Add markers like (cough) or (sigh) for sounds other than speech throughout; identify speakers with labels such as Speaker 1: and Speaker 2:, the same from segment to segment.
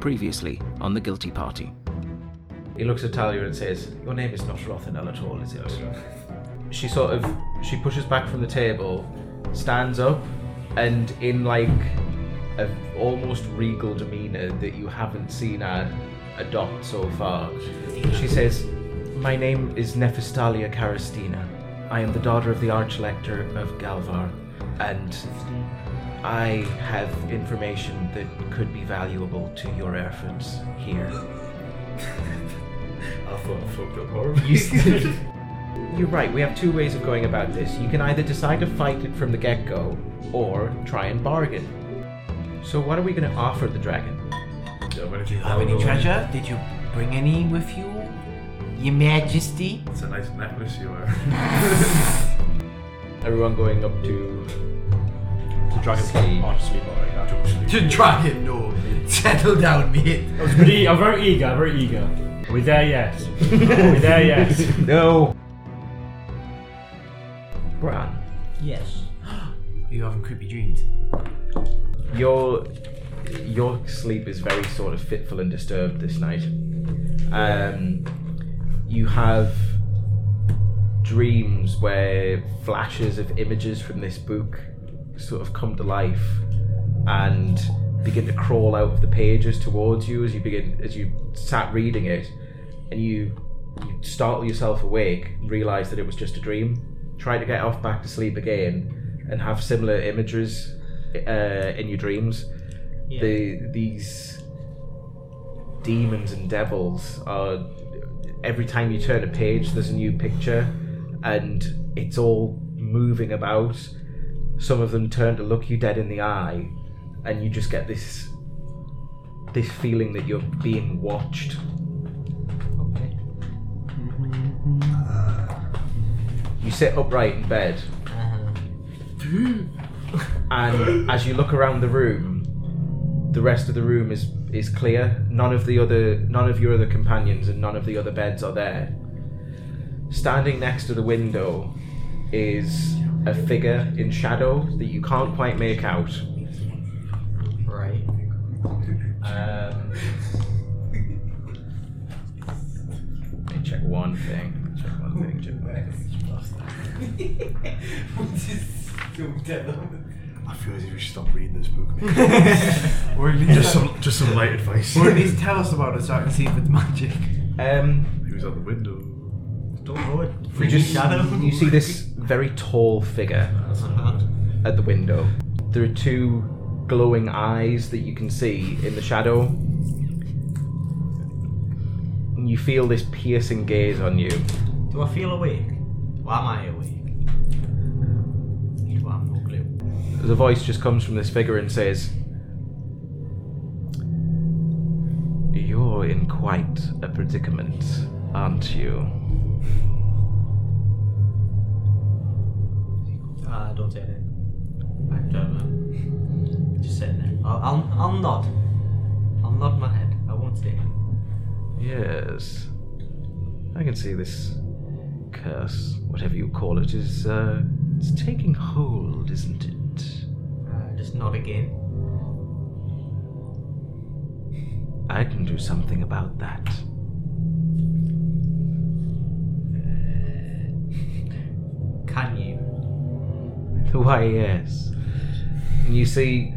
Speaker 1: Previously on The Guilty Party.
Speaker 2: He looks at Talia and says, "Your name is not Rothenel at all, is it?" She sort of she pushes back from the table, stands up, and in like a almost regal demeanor that you haven't seen her adopt so far, she says, "My name is Nephestalia Caristina. I am the daughter of the Archlector of Galvar, and." I have information that could be valuable to your efforts here.
Speaker 3: I thought I fucked up
Speaker 2: You
Speaker 3: horribly.
Speaker 2: st- You're right, we have two ways of going about this. You can either decide to fight it from the get go, or try and bargain. So, what are we going to offer the dragon?
Speaker 3: How many people
Speaker 4: Have
Speaker 3: are
Speaker 4: any
Speaker 3: there?
Speaker 4: treasure? Did you bring any with you, Your Majesty?
Speaker 3: It's a nice necklace
Speaker 4: (laughs)
Speaker 3: you wear.
Speaker 2: Everyone going up to.
Speaker 5: The dragon
Speaker 2: Sleep.
Speaker 5: Oh, sleep, alright. that- (laughs)
Speaker 4: The dragon, no. (laughs) Settle down, mate.
Speaker 5: I was really, I'm very eager, I'm very eager. We're there yet. We're there yet.
Speaker 2: No! Bran,
Speaker 4: Yes. Are you having creepy dreams?
Speaker 2: your, your sleep is very sort of fitful and disturbed this night. Um, you have dreams where flashes of images from this book sort of come to life and begin to crawl out of the pages towards you as you begin as you sat reading it and you, you startle yourself awake realize that it was just a dream try to get off back to sleep again and have similar images uh, in your dreams the these demons and devils are every time you turn a page there's a new picture and it's all moving about some of them turn to look you dead in the eye and you just get this this feeling that you're being watched
Speaker 4: Okay.
Speaker 2: Uh, you sit upright in bed
Speaker 4: Uh-huh.
Speaker 2: and as you look around the room the rest of the room is is clear none of the other none of your other companions and none of the other beds are there standing next to the window is a figure in shadow that you can't quite make out
Speaker 4: Right.
Speaker 2: um, let me check one thing check one thing check one thing
Speaker 3: I feel as if we should stop reading this
Speaker 4: (laughs)
Speaker 3: book.
Speaker 4: or at least
Speaker 3: just some, just some light advice.
Speaker 4: Or at least tell us about it so I can see if it's magic.
Speaker 2: um,
Speaker 3: He was at the window.
Speaker 4: Don't know it.
Speaker 2: you just you see this very tall figure at the window. There are two glowing eyes that you can see in the shadow. And you feel this piercing gaze on you.
Speaker 4: Do I feel awake? Or am I awake? Do I have no clue?
Speaker 2: The voice just comes from this figure and says, You're in quite a predicament, aren't you?
Speaker 4: Uh, don't say anything. I don't know. Just sitting there. I'll, I'll, I'll nod. I'll nod my head. I won't say anything.
Speaker 2: Yes. I can see this curse, whatever you call it, is uh, it's taking hold, isn't it?
Speaker 4: Uh, just nod again.
Speaker 2: I can do something about that. (laughs)
Speaker 4: Can you?
Speaker 2: Why, yes. And you see,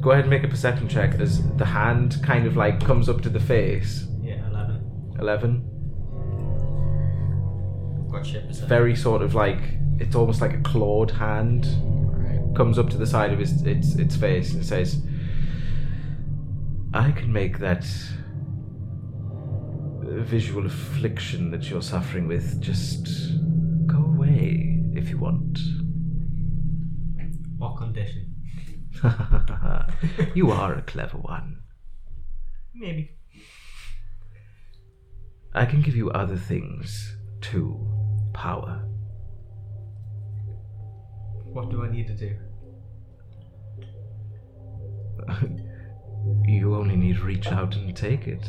Speaker 2: go ahead and make a perception check as the hand kind of like comes up to the face.
Speaker 4: Yeah, 11.
Speaker 2: 11.
Speaker 4: Got shit percent.
Speaker 2: Very sort of like, it's almost like a clawed hand
Speaker 4: Alright.
Speaker 2: comes up to the side of his, its, its face and says, I can make that visual affliction that you're suffering with just go away if you want. (laughs)
Speaker 4: What condition?
Speaker 2: you are a clever one.
Speaker 4: Maybe.
Speaker 2: I can give you other things too. Power.
Speaker 4: What do I need to do?
Speaker 2: You only need to reach out and take it.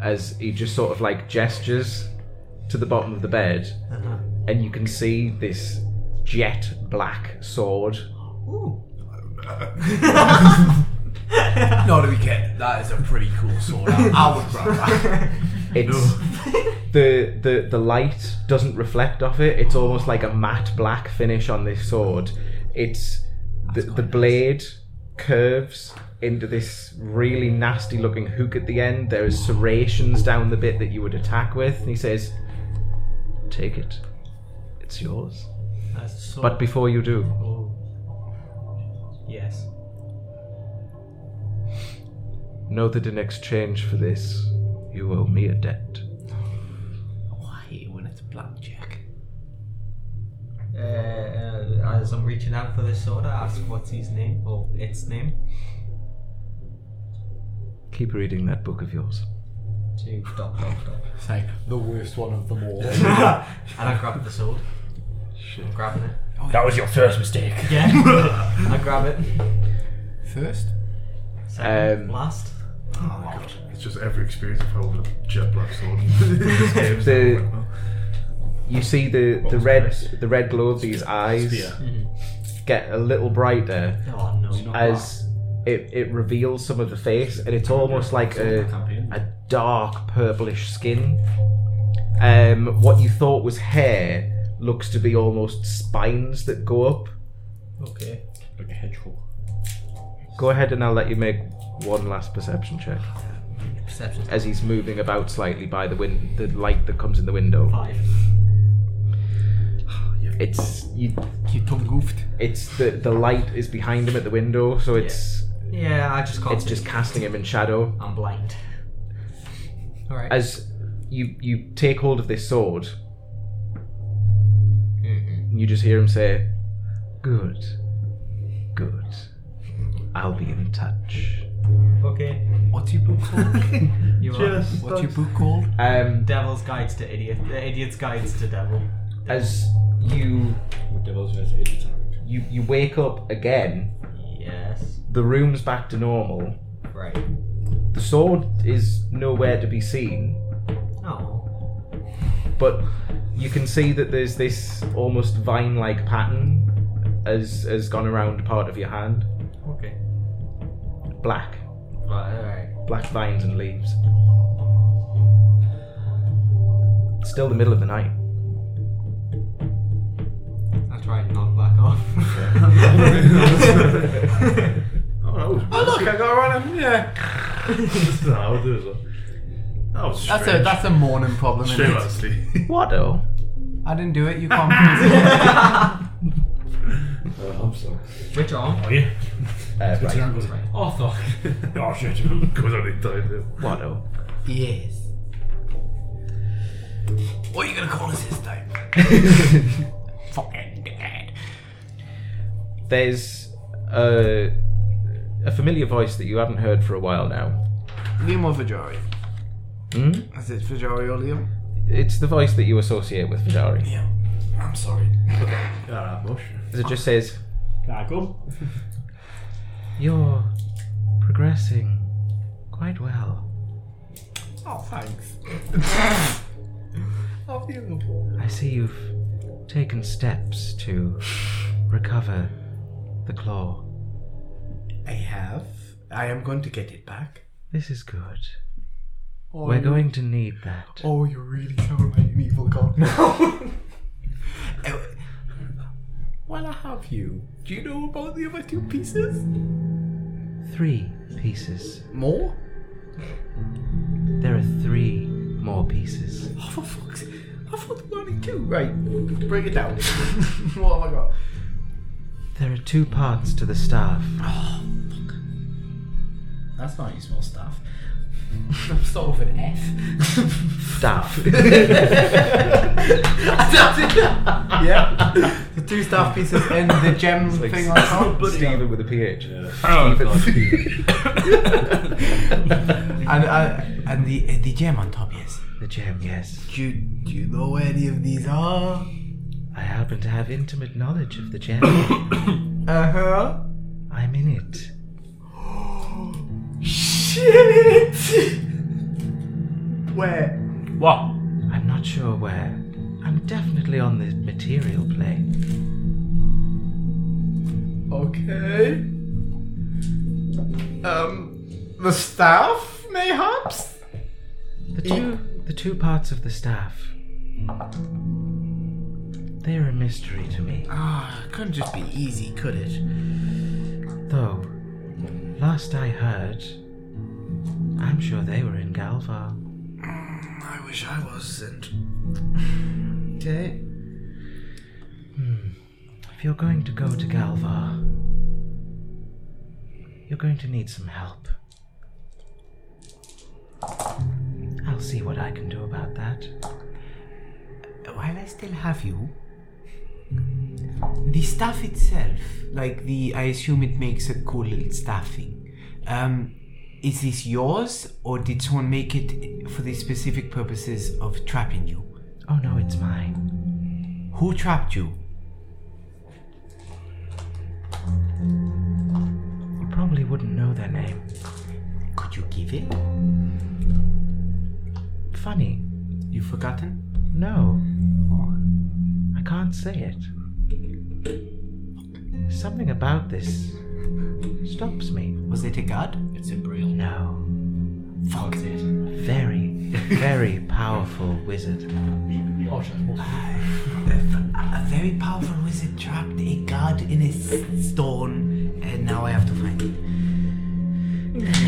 Speaker 2: As he just sort of like gestures to the bottom of the bed,
Speaker 4: Uh-huh.
Speaker 2: and you can see this jet black sword
Speaker 4: Ooh.
Speaker 6: No, to be kidding. That is a pretty cool sword. I, I would grab that.
Speaker 5: (laughs)
Speaker 2: It's (laughs) the the the light doesn't reflect off it. It's almost like a matte black finish on this sword. It's the, the blade curves into this really nasty looking hook at the end. There is serrations down the bit that you would attack with. And he says, "Take it. It's yours."
Speaker 4: That's so
Speaker 2: But before you do,
Speaker 4: Oh. Yes.
Speaker 2: know that in exchange for this, you owe me a debt.
Speaker 6: Why you when it's blackjack?
Speaker 4: Uh, uh, as I'm reaching out for this sword, I ask what's his name or its name.
Speaker 2: Keep reading that book of yours.
Speaker 4: To dot dot dot.
Speaker 6: It's like the worst one of (laughs) them all.
Speaker 4: And I grab the sword. I'm grabbing it.
Speaker 6: that was your first mistake.
Speaker 4: Yeah. (laughs) I grab it.
Speaker 6: First?
Speaker 4: Second,
Speaker 2: Um,
Speaker 4: last.
Speaker 3: Oh my god. It's just every experience I've had with a jet black sword. this game's
Speaker 2: The-
Speaker 3: not well.
Speaker 2: You see the, the
Speaker 3: was
Speaker 2: red
Speaker 3: that?
Speaker 2: the red glow of these eyes
Speaker 3: Spear.
Speaker 2: get a little brighter
Speaker 4: Oh no.
Speaker 2: as it, it reveals some of the face and it's almost like a, a dark purplish skin. Um, what you thought was hair looks to be almost spines that go up.
Speaker 4: Okay.
Speaker 6: Like a hedgehog.
Speaker 2: Go ahead and I'll let you make one last perception check
Speaker 4: Perception.
Speaker 2: as he's moving about slightly by the wind the light that comes in the window.
Speaker 4: Five.
Speaker 2: It's you,
Speaker 6: You tongue goofed.
Speaker 2: it's the the light is behind him at the window, so it's
Speaker 4: Yeah, I just can't.
Speaker 2: it's
Speaker 4: see.
Speaker 2: just casting him in shadow.
Speaker 4: I'm blind. All right.
Speaker 2: as you you take hold of this sword,
Speaker 4: Mm-hmm.
Speaker 2: you just hear him say, "Good, good. I'll be in touch."
Speaker 4: okay.
Speaker 6: What's your book
Speaker 2: (laughs)
Speaker 6: called?
Speaker 4: (laughs) You are.
Speaker 3: Yes,
Speaker 6: What's your
Speaker 3: that's-
Speaker 6: book called?
Speaker 2: Um,
Speaker 4: Devil's Guides to Idiot. The Idiot's Guides to Devil.
Speaker 2: as you
Speaker 6: Devil's Verse Agents.
Speaker 2: you you wake up again,
Speaker 4: Yes.
Speaker 2: the room's back to normal.
Speaker 4: Right.
Speaker 2: The sword is nowhere to be seen,
Speaker 4: Oh.
Speaker 2: but you can see that there's this almost vine-like pattern as has gone around part of your hand,
Speaker 4: Okay.
Speaker 2: black,
Speaker 4: Right. All right.
Speaker 2: black vines and leaves. It's still the middle of the night.
Speaker 4: I try and knock back off. (laughs)
Speaker 3: Oh, that was Oh, look, I got one. and- (laughs) Yeah. This is how I do it. That was strange.
Speaker 6: That's a that's a morning problem.
Speaker 3: straight
Speaker 6: Isn't
Speaker 3: out of
Speaker 6: it?
Speaker 3: (laughs) sleep.
Speaker 2: What oh?
Speaker 6: I didn't do it. You can't.
Speaker 3: Uh,
Speaker 4: Which arm?
Speaker 3: Oh, yeah.
Speaker 2: Uh, right.
Speaker 4: Oh
Speaker 3: (laughs)
Speaker 4: fuck.
Speaker 3: Oh, shit. Goes on in time, though.
Speaker 2: What oh?
Speaker 6: yes. What are you gonna call us this time? Fucking dead.
Speaker 2: There's a, a familiar voice that you haven't heard for a while now.
Speaker 6: Liam or Vajari?
Speaker 2: Hmm?
Speaker 6: Is it Vajari or Liam?
Speaker 2: It's the voice that you associate with
Speaker 6: (laughs)
Speaker 2: Vidari.
Speaker 6: Yeah. I'm sorry.
Speaker 3: Yeah, that mush.
Speaker 2: It just says,
Speaker 5: Can I come?
Speaker 2: You're progressing quite well.
Speaker 6: Oh, (laughs) thanks. How beautiful.
Speaker 2: I see you've taken steps to recover the claw.
Speaker 6: I have. I am going to get it back.
Speaker 2: This is good.
Speaker 6: Oh,
Speaker 2: We're
Speaker 6: you-
Speaker 2: going to need that.
Speaker 6: Oh, you really sound like an evil god now. (laughs) While Uh, I have you, do you know about the other two pieces?
Speaker 2: Three pieces.
Speaker 6: More?
Speaker 2: There are three more pieces.
Speaker 6: Oh, for fuck's sake. I thought there were only two. Right, break it down. (laughs) what have I got?
Speaker 2: There are two parts to the staff.
Speaker 6: That's not useful stuff. (laughs) Start with an F. (laughs)
Speaker 2: Staff. (laughs)
Speaker 6: yeah. The two staff pieces and the gem thing
Speaker 2: (laughs)
Speaker 6: on top.
Speaker 2: Stephen with a PH.
Speaker 3: Oh. (laughs)
Speaker 6: and uh, and the uh, the gem on top, yes.
Speaker 2: The gem, yes.
Speaker 6: Do you, do you know where any of these are?
Speaker 2: I happen to have intimate knowledge of the gem. (coughs)
Speaker 6: Uh huh.
Speaker 2: I'm in it.
Speaker 6: Shit. where?
Speaker 5: What?
Speaker 2: I'm not sure where. I'm definitely on the material plane.
Speaker 6: Okay. Um, the staff, mayhaps?
Speaker 2: The two, the two parts of the staff. They're a mystery to me.
Speaker 6: Ah, couldn't just be easy, could it?
Speaker 2: Though, last I heard, I'm sure they were in Galvar.
Speaker 6: I wish I was, and. Okay.
Speaker 2: If you're going to go to Galvar, you're going to need some help. I'll see what I can do about that.
Speaker 6: While I still have you, the staff itself, like the, I assume it makes a cool little staff thing. Um, is this yours, or did someone make it for the specific purposes of trapping you?
Speaker 2: Oh no, it's mine.
Speaker 6: Who trapped you?
Speaker 2: You probably wouldn't know their name.
Speaker 6: Could you give it?
Speaker 2: Funny.
Speaker 6: You forgotten?
Speaker 2: No. I can't say it. Something about this stops me.
Speaker 6: Was it a god?
Speaker 4: It's a brilliant.
Speaker 2: No.
Speaker 6: Fuck it.
Speaker 2: Very,
Speaker 6: (laughs)
Speaker 2: very powerful wizard.
Speaker 6: A very powerful wizard trapped a god in a s- stone, and now I have to find it.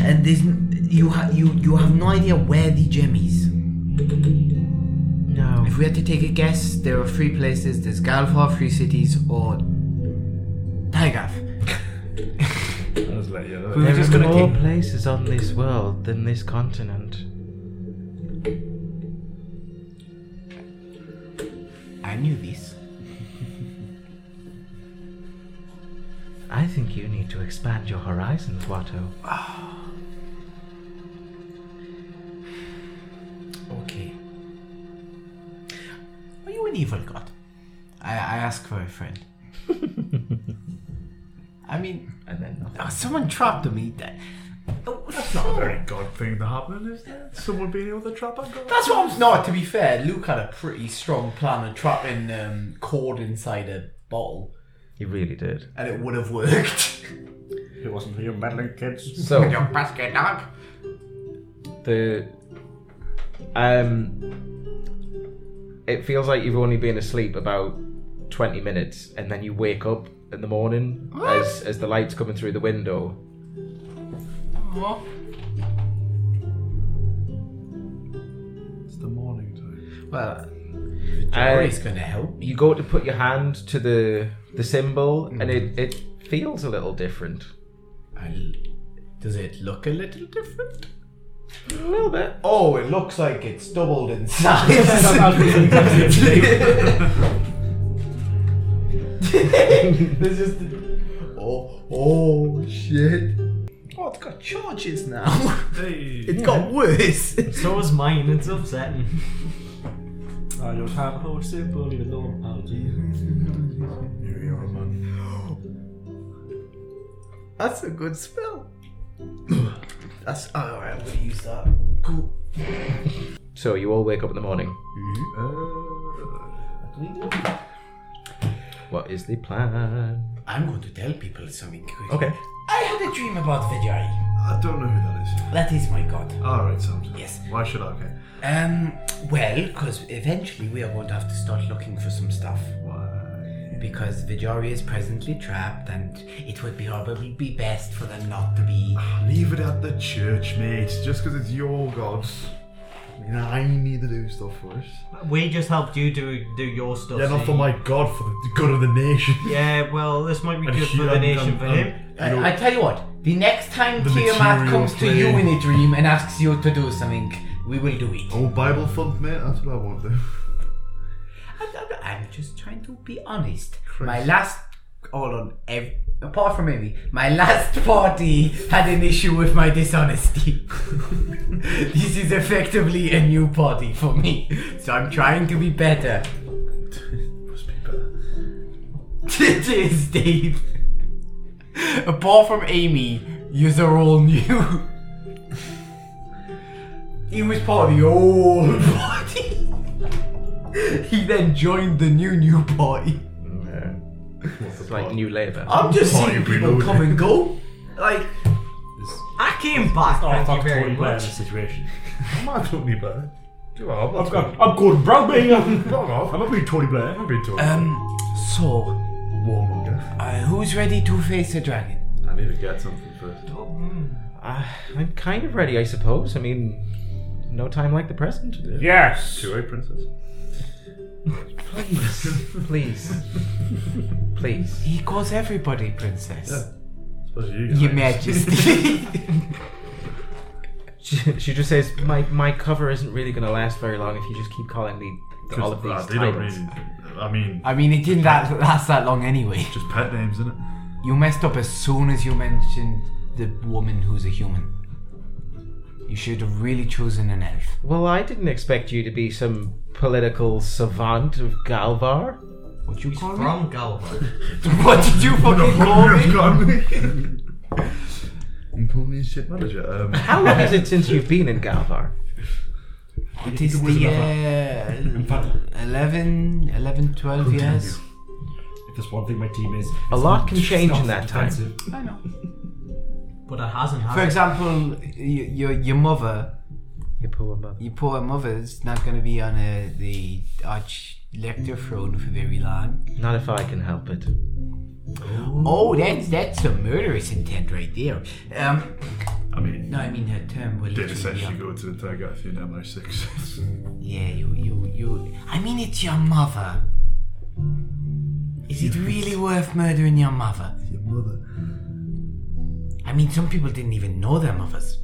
Speaker 6: And there's n- you ha- you you have no idea where the gem is.
Speaker 2: No.
Speaker 6: If we had to take a guess, there are three places: there's Galvar, Free Cities, or Tygath.
Speaker 3: I just let you know.
Speaker 2: There
Speaker 6: just
Speaker 2: are
Speaker 6: gonna
Speaker 2: more
Speaker 6: keep-
Speaker 2: places on this world than this continent.
Speaker 6: (laughs) I knew this.
Speaker 2: I think you need to expand your horizons, Watto.
Speaker 6: Okay. Are you an evil god? I I ask for a (laughs) friend. I mean,
Speaker 2: And then nothing.
Speaker 6: oh, someone trapped me. That, oh, that's not
Speaker 3: Not a very god thing to happen, is there? Someone being able to trap a god?
Speaker 6: That's what I'm. No, to be fair, Luke had a pretty strong plan of trapping um, cord inside a bottle,
Speaker 2: You really did.
Speaker 6: and it would have (laughs) worked.
Speaker 3: It wasn't for you meddling kids.
Speaker 2: So
Speaker 6: basket dog.
Speaker 2: the um it feels like you've only been asleep about 20 minutes and then you wake up in the morning as as the light's coming through the window
Speaker 3: It's the morning time.
Speaker 6: Well,
Speaker 2: uh,
Speaker 6: Dory's gonna help.
Speaker 2: you go to put your hand to the the symbol and it it feels a little different
Speaker 6: I, does it look a little different?
Speaker 2: a little bit
Speaker 6: Oh, it looks like it's doubled in (laughs) size. This is the- oh, oh shit! Oh, it's got charges now. (laughs)
Speaker 3: Hey!
Speaker 6: It got worse. (laughs)
Speaker 4: So is mine. It's upsetting.
Speaker 3: Oh, you're tired.
Speaker 4: Oh, simple, even though. Oh, Jesus.
Speaker 3: Here you are, man.
Speaker 6: That's a good spell. (clears throat) That's alright, I'm gonna use that. Cool.
Speaker 2: so you all wake up in the morning
Speaker 3: Uh,
Speaker 2: what is the plan
Speaker 6: I'm going to tell people something quick.
Speaker 2: okay
Speaker 6: I had a dream about Vajari.
Speaker 3: I don't know who that
Speaker 6: That is my god.
Speaker 3: is. Alright, sound.
Speaker 6: Yes.
Speaker 3: Why should I care?
Speaker 6: Um, well, because eventually we are going to have to start looking for some stuff.
Speaker 3: Why?
Speaker 6: Because Vajari is presently trapped, and it would be probably be best for them not to be.
Speaker 3: Leave it at the church, mate. Just because it's your god. You know, I need to do stuff for us.
Speaker 4: We just helped you do do your stuff.
Speaker 3: Yeah,
Speaker 4: so
Speaker 3: not for
Speaker 4: you-
Speaker 3: my god, for the good of the nation.
Speaker 4: Yeah, well, this might be
Speaker 3: And
Speaker 4: good
Speaker 3: she- (laughs)
Speaker 4: for the
Speaker 3: and-
Speaker 4: nation
Speaker 3: and-
Speaker 4: for
Speaker 3: and-
Speaker 4: him.
Speaker 3: you know,
Speaker 6: Uh, I, I tell you what, the next time
Speaker 3: The
Speaker 6: Tiamat
Speaker 3: material
Speaker 6: comes to
Speaker 3: plane.
Speaker 6: you in a dream and asks you to do something, we will do it.
Speaker 3: Oh, Bible thump, mate. That's what I want to do.
Speaker 6: I'm, I'm- I'm just trying to be honest.
Speaker 3: Christ.
Speaker 6: My last, hold on, ev- apart from maybe, my last party had an issue with my dishonesty. (laughs) this is effectively a new party for me, so I'm trying to be better.
Speaker 3: Must be better.
Speaker 6: (laughs) it is, Dave. Apart from Amy, yous are all new. (laughs) he was part of the old (laughs) party. (laughs) he then joined the new new party.
Speaker 2: Uh, it's like new labor
Speaker 6: I'm just
Speaker 3: Party
Speaker 6: seeing people
Speaker 3: reloaded.
Speaker 6: come and go. Like,
Speaker 3: This
Speaker 4: I came back.
Speaker 5: Oh,
Speaker 4: Thank
Speaker 5: fuck
Speaker 4: you
Speaker 5: Tony
Speaker 4: very
Speaker 5: Blair in
Speaker 4: much.
Speaker 5: this
Speaker 3: (laughs)
Speaker 5: situation.
Speaker 3: I'm not Tony Blair. Come on, I'm not
Speaker 5: I've
Speaker 3: Tony
Speaker 5: got, I'm Gordon Brown, mate. I'm
Speaker 3: (laughs) Fuck off. I'm
Speaker 5: not being Tony Blair.
Speaker 3: not being Tony
Speaker 6: Um, so,
Speaker 3: Warmonger.
Speaker 6: uh, who's ready to face a dragon?
Speaker 3: I need to get something first.
Speaker 4: Oh, mm.
Speaker 2: Uh, I'm kind of ready, I suppose. I mean, no time like the present.
Speaker 5: Yes.
Speaker 3: Two-way princess.
Speaker 2: Please, (laughs) please, please.
Speaker 6: He calls everybody princess.
Speaker 3: Yeah. Especially you guys.
Speaker 6: Your Majesty. (laughs)
Speaker 2: She, she just says my my cover isn't really going to last very long if you just keep calling me the, all of these
Speaker 3: Ah, they don't
Speaker 2: titles.
Speaker 3: mean- I mean,
Speaker 6: I mean, it didn't that last that long anyway.
Speaker 3: just pet names, innit?
Speaker 6: You messed up as soon as you mentioned the woman who's a human. You should have really chosen an elf.
Speaker 2: Well, I didn't expect you to be some political savant of Galvar.
Speaker 6: What you call me? (laughs)
Speaker 4: From Galva.
Speaker 6: What did (laughs)
Speaker 3: (laughs)
Speaker 6: you fucking call me?
Speaker 3: You call me shit manager. Um,
Speaker 2: How long is it since you've been in Galvar?
Speaker 6: It is the uh, 11, 11, 12 years.
Speaker 5: If there's one thing my team is,
Speaker 2: A
Speaker 5: it's
Speaker 2: lot can
Speaker 5: not-
Speaker 2: change
Speaker 5: it's
Speaker 2: in
Speaker 5: not
Speaker 2: that time.
Speaker 5: defensive.
Speaker 6: I know.
Speaker 4: But it hasn't, has
Speaker 6: For
Speaker 4: it?
Speaker 6: example, y- your your mother,
Speaker 2: Your poor mother.
Speaker 6: your poor mother's not going to be on uh the arch lector throne for very long.
Speaker 2: Not if I can help it.
Speaker 6: Oh, that's that's a murderous intent right there. Um,
Speaker 3: I
Speaker 6: (laughs)
Speaker 3: mean,
Speaker 6: no, I mean her term will
Speaker 3: Data says
Speaker 6: literally be
Speaker 3: you
Speaker 6: up.
Speaker 3: go to the Tiger Athena MI6.
Speaker 6: Yeah, you, you, you. I mean, it's your mother. Is it really worth murdering your mother?
Speaker 3: Your mother.
Speaker 6: I mean, some people didn't even know their mothers.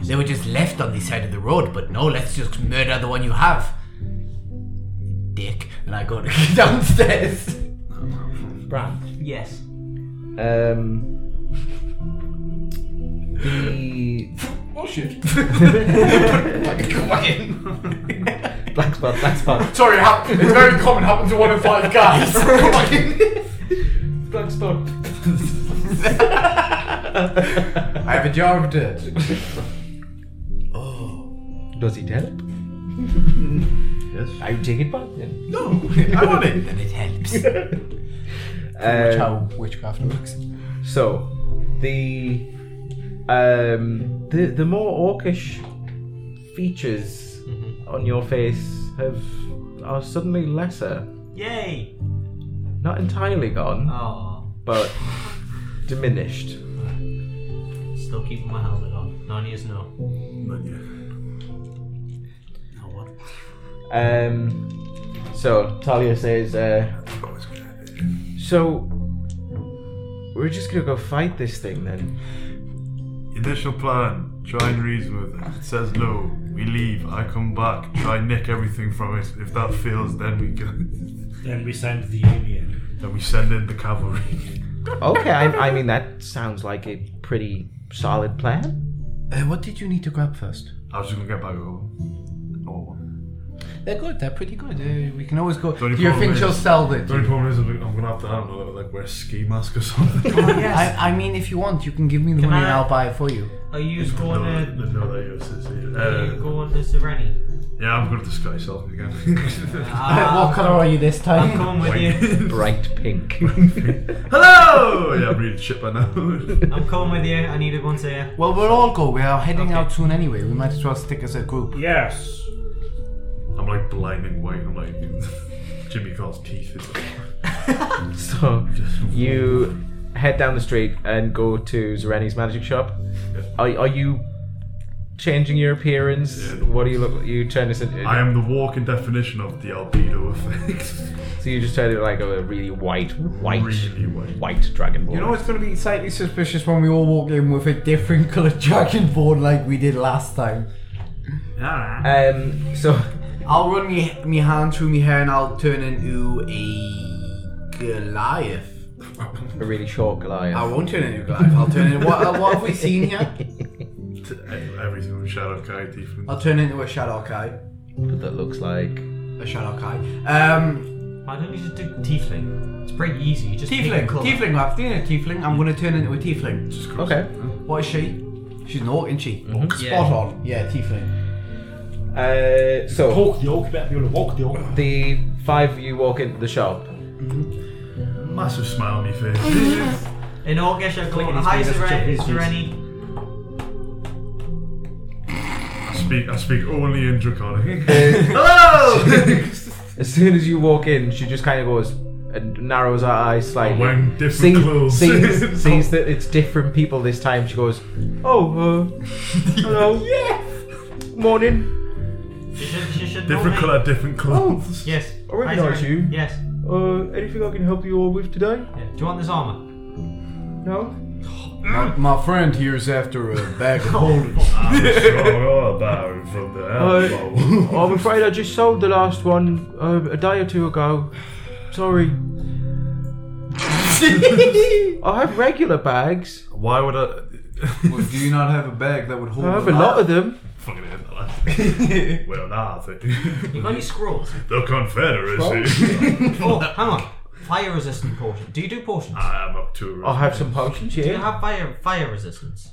Speaker 6: They were just left on the side of the road, but no, let's just murder the one you have. Dick. And I go (laughs) downstairs.
Speaker 2: Brand.
Speaker 4: Yes.
Speaker 2: Um. The
Speaker 6: Oh (laughs) shit.
Speaker 2: black spot, black spot,
Speaker 6: Sorry, it hap- it's very common, happened to one in five (laughs) guys.
Speaker 2: black spot.
Speaker 6: I have a jar of dirt. Oh.
Speaker 2: Does it help?
Speaker 3: Yes.
Speaker 2: I would take it back then.
Speaker 6: No, I want it. (laughs) And it helps.
Speaker 2: Uh,
Speaker 6: how witchcraft works.
Speaker 2: So, the um, the the more orcish features on your face have are suddenly lesser,
Speaker 4: Yay!
Speaker 2: not entirely gone,
Speaker 4: Oh,
Speaker 2: but diminished.
Speaker 4: still keeping my helmet on. Nine years no.
Speaker 3: Not you.
Speaker 6: Oh, what?
Speaker 2: Um, so Talia says, uh,
Speaker 3: Always good.
Speaker 2: "So we're just gonna go fight this thing then."
Speaker 3: Initial plan, try and reason with it. It says no, we leave, I come back, try and nick everything from it. If that fails, then we go. (laughs)
Speaker 5: Then we send the union.
Speaker 3: then we send in the cavalry. (laughs)
Speaker 2: Okay, I, I mean that sounds like a pretty solid
Speaker 3: (laughs)
Speaker 2: plan.
Speaker 6: Uh, what did you need to grab first?
Speaker 3: I was just gonna get back home. Oh.
Speaker 6: They're good. They're pretty good. Uh, we can always go.
Speaker 3: The only
Speaker 6: Do you
Speaker 3: problem
Speaker 6: think she'll
Speaker 3: is-
Speaker 6: sell it?
Speaker 3: The only problem is I'm I'm gonna have to, I don't know, like wear a ski mask or (laughs) something.
Speaker 6: (laughs) I, I mean, if you want, you Oh, can give me the
Speaker 4: Can
Speaker 6: money
Speaker 4: I-
Speaker 6: and I'll buy it for you.
Speaker 4: Are you
Speaker 3: no,
Speaker 4: going to.
Speaker 3: no, no, there you go, sis.
Speaker 4: Are you
Speaker 3: Uh,
Speaker 4: going to Sereni?
Speaker 3: yeah, I'm gonna disguise self (laughs) again.
Speaker 6: what color are you this
Speaker 4: I'm
Speaker 6: time?
Speaker 4: coming with you.
Speaker 2: Bright
Speaker 3: (laughs)
Speaker 2: pink.
Speaker 3: Hello! Oh, Yeah, I'm reading shit by now. (laughs)
Speaker 4: I'm coming with you. I need to go and see you.
Speaker 6: Well, we'll all go. We are heading
Speaker 4: Okay.
Speaker 6: out soon anyway. We might as well stick as a group.
Speaker 5: Yes.
Speaker 3: I'm like blinding white. I'm like Jimmy Carr's teeth. Is like,
Speaker 2: So you head down the street and go to Zareni's magic shop. Are, are you changing your appearance?
Speaker 3: Yeah.
Speaker 2: What do you look? You turn this into.
Speaker 3: I am the walking definition of the albedo effect.
Speaker 2: so you just turn it like a really white, (laughs) white,
Speaker 3: Really white.
Speaker 2: white dragon ball.
Speaker 6: You know, it's going to be slightly suspicious when we all walk in with a different (laughs) colored dragon board like we did last time.
Speaker 3: Alright.
Speaker 2: Um. So (laughs)
Speaker 6: I'll run me, me hand through me hair and I'll turn into a Goliath.
Speaker 2: a really short Goliath.
Speaker 6: I won't turn into a Goliath. I'll turn into. What, uh, what have we seen here?
Speaker 3: Everything from Shadow Kai different.
Speaker 6: I'll turn into a Shadow Kai.
Speaker 2: that looks like.
Speaker 6: A Shadow Kai. Um,
Speaker 4: Why don't you just do Tiefling? It's pretty easy. You just
Speaker 6: Tiefling,
Speaker 4: Pick a colour.
Speaker 6: tiefling, I've seen a tiefling. I'm going to turn into a tiefling.
Speaker 3: Just cross-
Speaker 2: Okay.
Speaker 6: What is she? She's an orc, isn't she? Oh, Spot
Speaker 4: Yeah.
Speaker 6: on. Mm-hmm. Yeah, tiefling.
Speaker 2: Uh. So
Speaker 5: Walk the orc, better be able to walk the orc.
Speaker 2: the five of you walk into the shop.
Speaker 3: Massive smile on my face. (laughs)
Speaker 4: In Orcish, I'm going
Speaker 5: Clicking his
Speaker 4: hi
Speaker 5: fingers,
Speaker 4: Seren-
Speaker 5: checking his
Speaker 4: Sereni.
Speaker 3: speak. I speak only in Draconic. (laughs)
Speaker 2: Hello! (laughs) as soon as you walk in, she just kind of goes and narrows her eyes slightly.
Speaker 3: I'm wearing different clothes. (laughs)
Speaker 2: sees, sees that it's different people this time. She goes, "Oh, uh,
Speaker 3: (laughs)
Speaker 2: hello, morning.
Speaker 4: She should, she should know
Speaker 3: different
Speaker 4: me.
Speaker 3: colour, different clothes.
Speaker 4: Yes.
Speaker 2: I recognise
Speaker 4: Hi, Zara.
Speaker 2: you.
Speaker 4: Yes.
Speaker 2: Uh, anything I can help you all with today?
Speaker 4: Yeah. Do you want this armor?
Speaker 2: No.
Speaker 6: My, my friend here's after a (laughs) bag of holding.
Speaker 3: I'm sure
Speaker 2: Oh,
Speaker 3: all about it from (laughs) the elbow.
Speaker 2: Uh, I'm afraid I just sold the last one uh, a day or two ago.
Speaker 3: (laughs)
Speaker 2: Sorry. (laughs) I have regular bags.
Speaker 3: Why would I?
Speaker 6: Well, do you not have a bag that would hold?
Speaker 2: I have a lot of them. (laughs)
Speaker 3: Fucking hell. well, nah, I think.
Speaker 4: You got any
Speaker 6: (laughs)
Speaker 4: scrolls?
Speaker 3: The Confederacy.
Speaker 4: oh, hang on. Fire resistant potion. Do you do potions?
Speaker 3: (laughs) I am up to.
Speaker 2: I have some potions
Speaker 4: do you
Speaker 2: here.
Speaker 4: have fire fire resistance?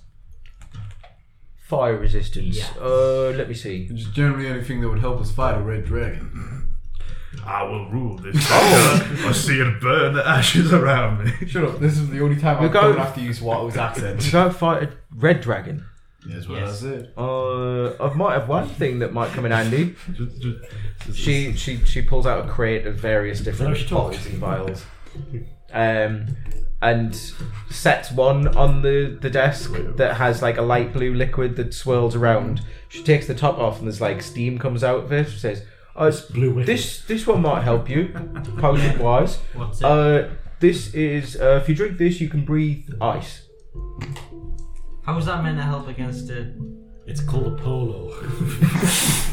Speaker 2: Fire resistance.
Speaker 4: Yeah.
Speaker 2: Uh, let me see.
Speaker 6: Just generally anything that would help us fight a red dragon.
Speaker 3: I will rule this. Oh. I see it burn the ashes around
Speaker 6: (laughs)
Speaker 3: me. (laughs)
Speaker 6: Shut up. This is the only time
Speaker 2: We'll
Speaker 6: I
Speaker 2: go-
Speaker 6: don't have to use Watto's accent. (laughs)
Speaker 2: To go fight a red dragon.
Speaker 6: That's what
Speaker 4: Yes.
Speaker 6: I said.
Speaker 2: Uh, I might have one thing that might come in handy.
Speaker 3: Just- just-
Speaker 2: She she she pulls out a crate of various different bottles and vials, um, and sets one on the the desk that has like a light blue liquid that swirls around. She takes the top off and there's like steam comes out of it. She says, oh,
Speaker 5: blue liquid.
Speaker 2: This this one might help you, potion (laughs) wise.
Speaker 4: What's it?
Speaker 2: Uh, this is uh, if you drink this, you can breathe ice.
Speaker 4: How is that meant to help against it?
Speaker 5: It's called a polo.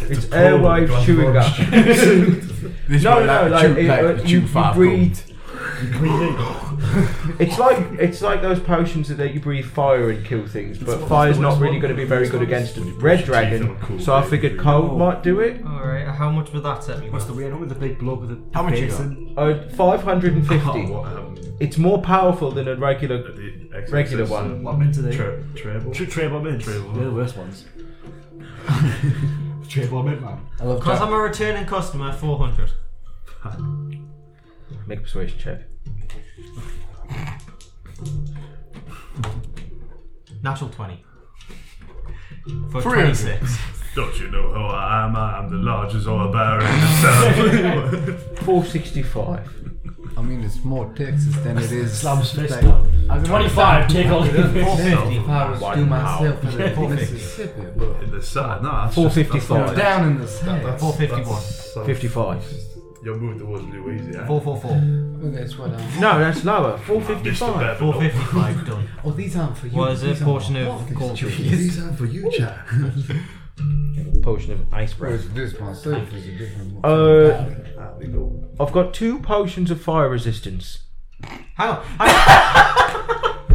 Speaker 2: It's airwave
Speaker 3: Glam
Speaker 2: chewing gum.
Speaker 3: Bunch.
Speaker 6: This
Speaker 2: No,
Speaker 6: one,
Speaker 2: no,
Speaker 6: like,
Speaker 2: like,
Speaker 6: chew
Speaker 2: it-
Speaker 6: pack,
Speaker 2: uh,
Speaker 6: chew
Speaker 2: you- you
Speaker 6: five
Speaker 2: breathe-
Speaker 6: gold.
Speaker 2: It's like it's like those potions that let you breathe fire and kill things, but fire's not really going to be very good against a red dragon. So I figured cold might do it.
Speaker 4: Alright, how much would that set me?
Speaker 7: What's the
Speaker 4: back?
Speaker 7: weird one with the big bloke with the
Speaker 6: How much you
Speaker 7: face
Speaker 6: got?
Speaker 7: and-
Speaker 2: Uh, Five hundred and fifty.
Speaker 3: What happened?
Speaker 2: It's more powerful than a regular.
Speaker 3: um, The X-
Speaker 2: Regular
Speaker 3: X-
Speaker 2: one.
Speaker 7: What mints are they?
Speaker 3: Tre- Treble.
Speaker 7: Tre- Treble mints.
Speaker 3: Treble.
Speaker 7: They're the worst ones. Treble mint, man.
Speaker 6: I love
Speaker 4: Because
Speaker 6: that.
Speaker 4: I'm a returning customer, 400.
Speaker 2: Make a persuasion check.
Speaker 4: Natural 20. For
Speaker 6: 300.
Speaker 4: 26.
Speaker 3: Don't you know who I am? I am the largest oil baron in
Speaker 2: (laughs)
Speaker 3: the south.
Speaker 2: Four sixty-five.
Speaker 6: I mean, it's more Texas than it is.
Speaker 7: Slam fist
Speaker 6: like-
Speaker 7: down.
Speaker 6: I mean,
Speaker 5: 25, take all of it.
Speaker 6: if I was
Speaker 2: Wow.
Speaker 6: to do myself in the (laughs)
Speaker 2: Perfect.
Speaker 6: Mississippi, but
Speaker 3: (laughs) In the south. No, that's
Speaker 2: Four
Speaker 3: just- that's-
Speaker 2: fifty-five.
Speaker 6: down in the south.
Speaker 4: 451.
Speaker 3: that's-
Speaker 2: Fifty-five.
Speaker 3: Your move towards Louisiana.
Speaker 4: 444.
Speaker 6: Well, that's what I'm.
Speaker 2: No, that's lower. Four
Speaker 3: Mr.
Speaker 2: fifty-five.
Speaker 3: Bevan.
Speaker 4: 455 done.
Speaker 6: Oh, these aren't for you.
Speaker 4: Was a
Speaker 6: these are
Speaker 4: portion
Speaker 6: my
Speaker 4: of
Speaker 6: fucking
Speaker 4: gold.
Speaker 6: trees.
Speaker 3: are for
Speaker 6: (laughs)
Speaker 3: you, Jack.
Speaker 2: Potion of ice breath.
Speaker 6: Whereas this myself is a different one.
Speaker 2: Uh, I've got two potions of fire resistance.
Speaker 4: Hang on. hang on.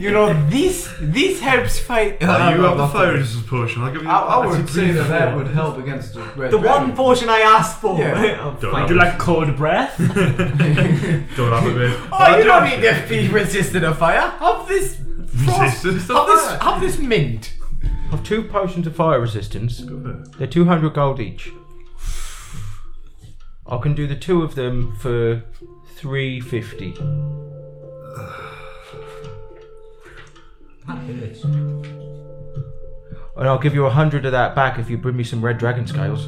Speaker 6: you know, this this helps fight. uh,
Speaker 3: you have the fire resistance potion. I'll give you.
Speaker 6: I, I would
Speaker 3: I'd
Speaker 6: say that that
Speaker 3: four.
Speaker 6: would help against the red
Speaker 4: the one portion I asked for.
Speaker 6: Yeah.
Speaker 4: (laughs) Oh,
Speaker 3: Don't
Speaker 4: fine.
Speaker 3: do
Speaker 5: You like cold breath?
Speaker 3: Don't have
Speaker 6: (laughs)
Speaker 3: it, mate.
Speaker 6: Oh, you don't need to be resistant to fire. Have (laughs) this. Frost,
Speaker 3: Resistant to
Speaker 6: have this.
Speaker 3: fire.
Speaker 6: Have this mint.
Speaker 2: I've two potions of fire resistance.
Speaker 3: Good.
Speaker 2: They're 200 gold each. I can do the two of them for 350.
Speaker 4: That hurts.
Speaker 2: And I'll give you 100 of that back if you bring me some red dragon scales.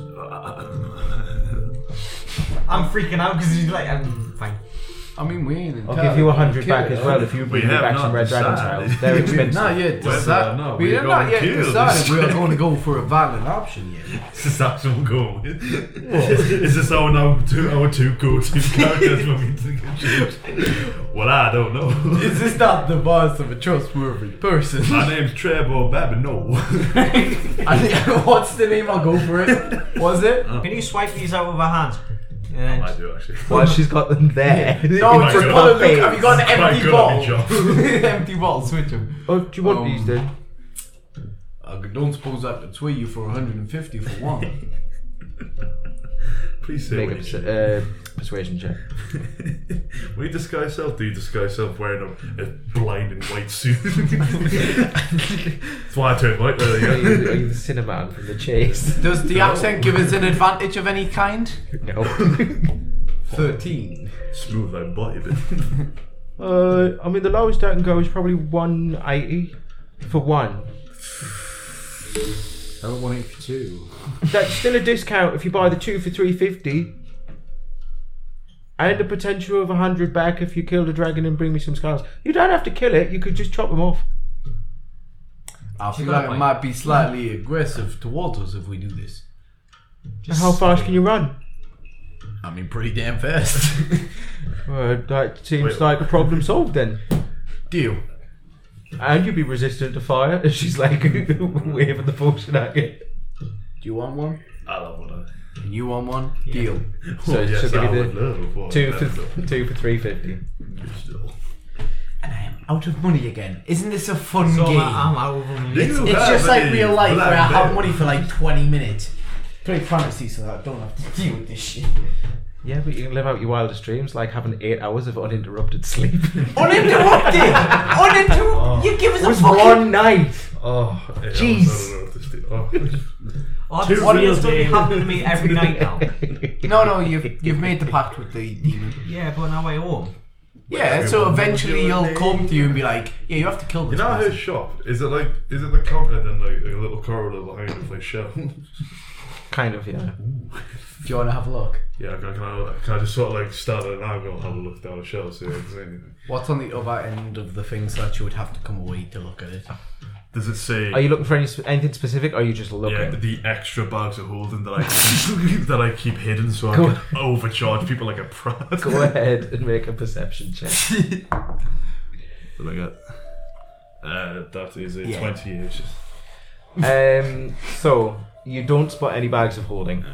Speaker 4: I'm freaking out because he's like, I'm fine.
Speaker 6: I mean, we ain't.
Speaker 2: I'll give you 100 back as well if you bring me
Speaker 3: have
Speaker 2: back
Speaker 3: not
Speaker 2: some red dragon
Speaker 3: decided.
Speaker 6: (laughs)
Speaker 2: scales. They're
Speaker 3: We
Speaker 6: We've
Speaker 2: expensive.
Speaker 6: not yet
Speaker 3: Whether or
Speaker 6: decided.
Speaker 3: not
Speaker 6: We
Speaker 3: we're
Speaker 6: have not
Speaker 3: gonna
Speaker 6: yet
Speaker 3: kill
Speaker 6: decided
Speaker 3: this.
Speaker 6: (laughs) we are going to go for a violent option yet.
Speaker 3: This (laughs) is actually what we're
Speaker 6: (laughs)
Speaker 3: going with. Is this our now two our two go-to (laughs) characters when we think of James? Well, I don't know. (laughs)
Speaker 6: Is this not the boss of a trustworthy person?
Speaker 3: My name's Trevor
Speaker 2: (laughs)
Speaker 3: Babineau.
Speaker 6: I think, (laughs) what's the name? I'll go for it. Was it?
Speaker 4: Can you swipe these out with our hands? And
Speaker 3: I do actually.
Speaker 2: Well, she's got them there.
Speaker 6: No,
Speaker 3: my
Speaker 6: just
Speaker 3: God.
Speaker 6: put a look. Have you got an
Speaker 3: Quite
Speaker 6: empty
Speaker 3: good at
Speaker 6: bottle? (laughs) empty bottle. Switch them.
Speaker 2: Oh, do you want
Speaker 6: Um,
Speaker 2: these then?
Speaker 6: I Uh, don't suppose I could sway you for 150 for one.
Speaker 3: Please say
Speaker 2: Make a
Speaker 3: what you
Speaker 2: pers-
Speaker 3: do.
Speaker 2: uh, persuasion check.
Speaker 3: When you disguise yourself, do you disguise yourself wearing a, a blinding white suit?
Speaker 2: (laughs)
Speaker 3: That's why I turned white
Speaker 2: Are you, are
Speaker 3: earlier.
Speaker 2: you the Cinnamon from the chase? (laughs)
Speaker 6: (laughs) Does the accent give us an advantage of any kind?
Speaker 2: No.
Speaker 6: 13.
Speaker 3: Smooth
Speaker 2: (laughs)
Speaker 3: and body
Speaker 2: uh, I mean, the lowest I can go is probably 180 for one.
Speaker 7: I don't want it for two.
Speaker 2: That's still a discount if you buy the two for three fifty. And a potential of hundred back if you kill the dragon and bring me some skulls. You don't have to kill it. You could just chop them off.
Speaker 6: I feel
Speaker 4: got a
Speaker 6: like it
Speaker 4: point.
Speaker 6: might be slightly aggressive towards us if we do this.
Speaker 4: Just
Speaker 2: How fast can you run?
Speaker 6: I mean, pretty damn fast. (laughs)
Speaker 2: Well, that seems
Speaker 3: Wait.
Speaker 2: like a problem solved then.
Speaker 6: Deal.
Speaker 2: And you'd be resistant to fire. (laughs) And she's like waving the potion at you.
Speaker 6: Do you want one?
Speaker 3: I love what I.
Speaker 6: And you want one? Deal.
Speaker 2: So
Speaker 3: Oh,
Speaker 2: she'll
Speaker 3: yes,
Speaker 2: give
Speaker 3: I
Speaker 2: you
Speaker 3: would
Speaker 2: the
Speaker 3: love one.
Speaker 2: Two
Speaker 3: That's
Speaker 2: for two for three fifty.
Speaker 3: good still.
Speaker 6: And I am out of money again. Isn't this a fun
Speaker 4: So
Speaker 6: game?
Speaker 4: I'm, I'm out of money.
Speaker 3: You
Speaker 6: it's
Speaker 3: have
Speaker 6: just like
Speaker 3: a
Speaker 6: real life where I
Speaker 3: black
Speaker 6: have
Speaker 3: belt.
Speaker 6: money for like 20 minutes. Play fantasy so that I don't have to (laughs) deal with this shit.
Speaker 2: Yeah, but you can live out your wildest dreams, like having eight hours of uninterrupted (laughs) sleep.
Speaker 6: Uninterrupted! (laughs) Uninterrupted! You give us
Speaker 2: was
Speaker 6: a fucking
Speaker 2: one night.
Speaker 3: Oh, yeah, I was-
Speaker 6: Jeez.
Speaker 3: I don't know if this thing- oh. (laughs)
Speaker 4: Oh, this
Speaker 5: real
Speaker 4: is going to be
Speaker 5: days.
Speaker 4: happening to me every night now.
Speaker 6: (laughs) No, no, you've you've made the pact with the (laughs) demon.
Speaker 4: Yeah, but now I owe.
Speaker 6: Yeah, so eventually he'll come to you and be like, "Yeah, you have to kill
Speaker 3: You
Speaker 6: this."
Speaker 3: know her
Speaker 6: person."
Speaker 3: shop? Is it like is it the counter then like a little corridor behind it with
Speaker 2: (laughs)
Speaker 3: like shelves?
Speaker 2: Kind of, yeah.
Speaker 6: Do you want to have a look?
Speaker 3: Yeah, can I, can I, can I just sort of like start at an angle and have a look down the shelves see if there's anything?
Speaker 6: What's on the other end of the thing so that you would have to come away to look at it?
Speaker 3: Does it say
Speaker 2: Are you looking for any, sp- anything specific, or are you just looking?
Speaker 3: yeah, the extra bags of holding that I keep, (laughs) that I keep hidden so I
Speaker 2: Go
Speaker 3: can overcharge people like a
Speaker 2: (laughs)
Speaker 3: prat? (laughs)
Speaker 2: Go ahead and make a perception check.
Speaker 3: What I got? Uh, that is a
Speaker 6: Yeah.
Speaker 3: 28.
Speaker 2: um, so you don't spot any bags of holding.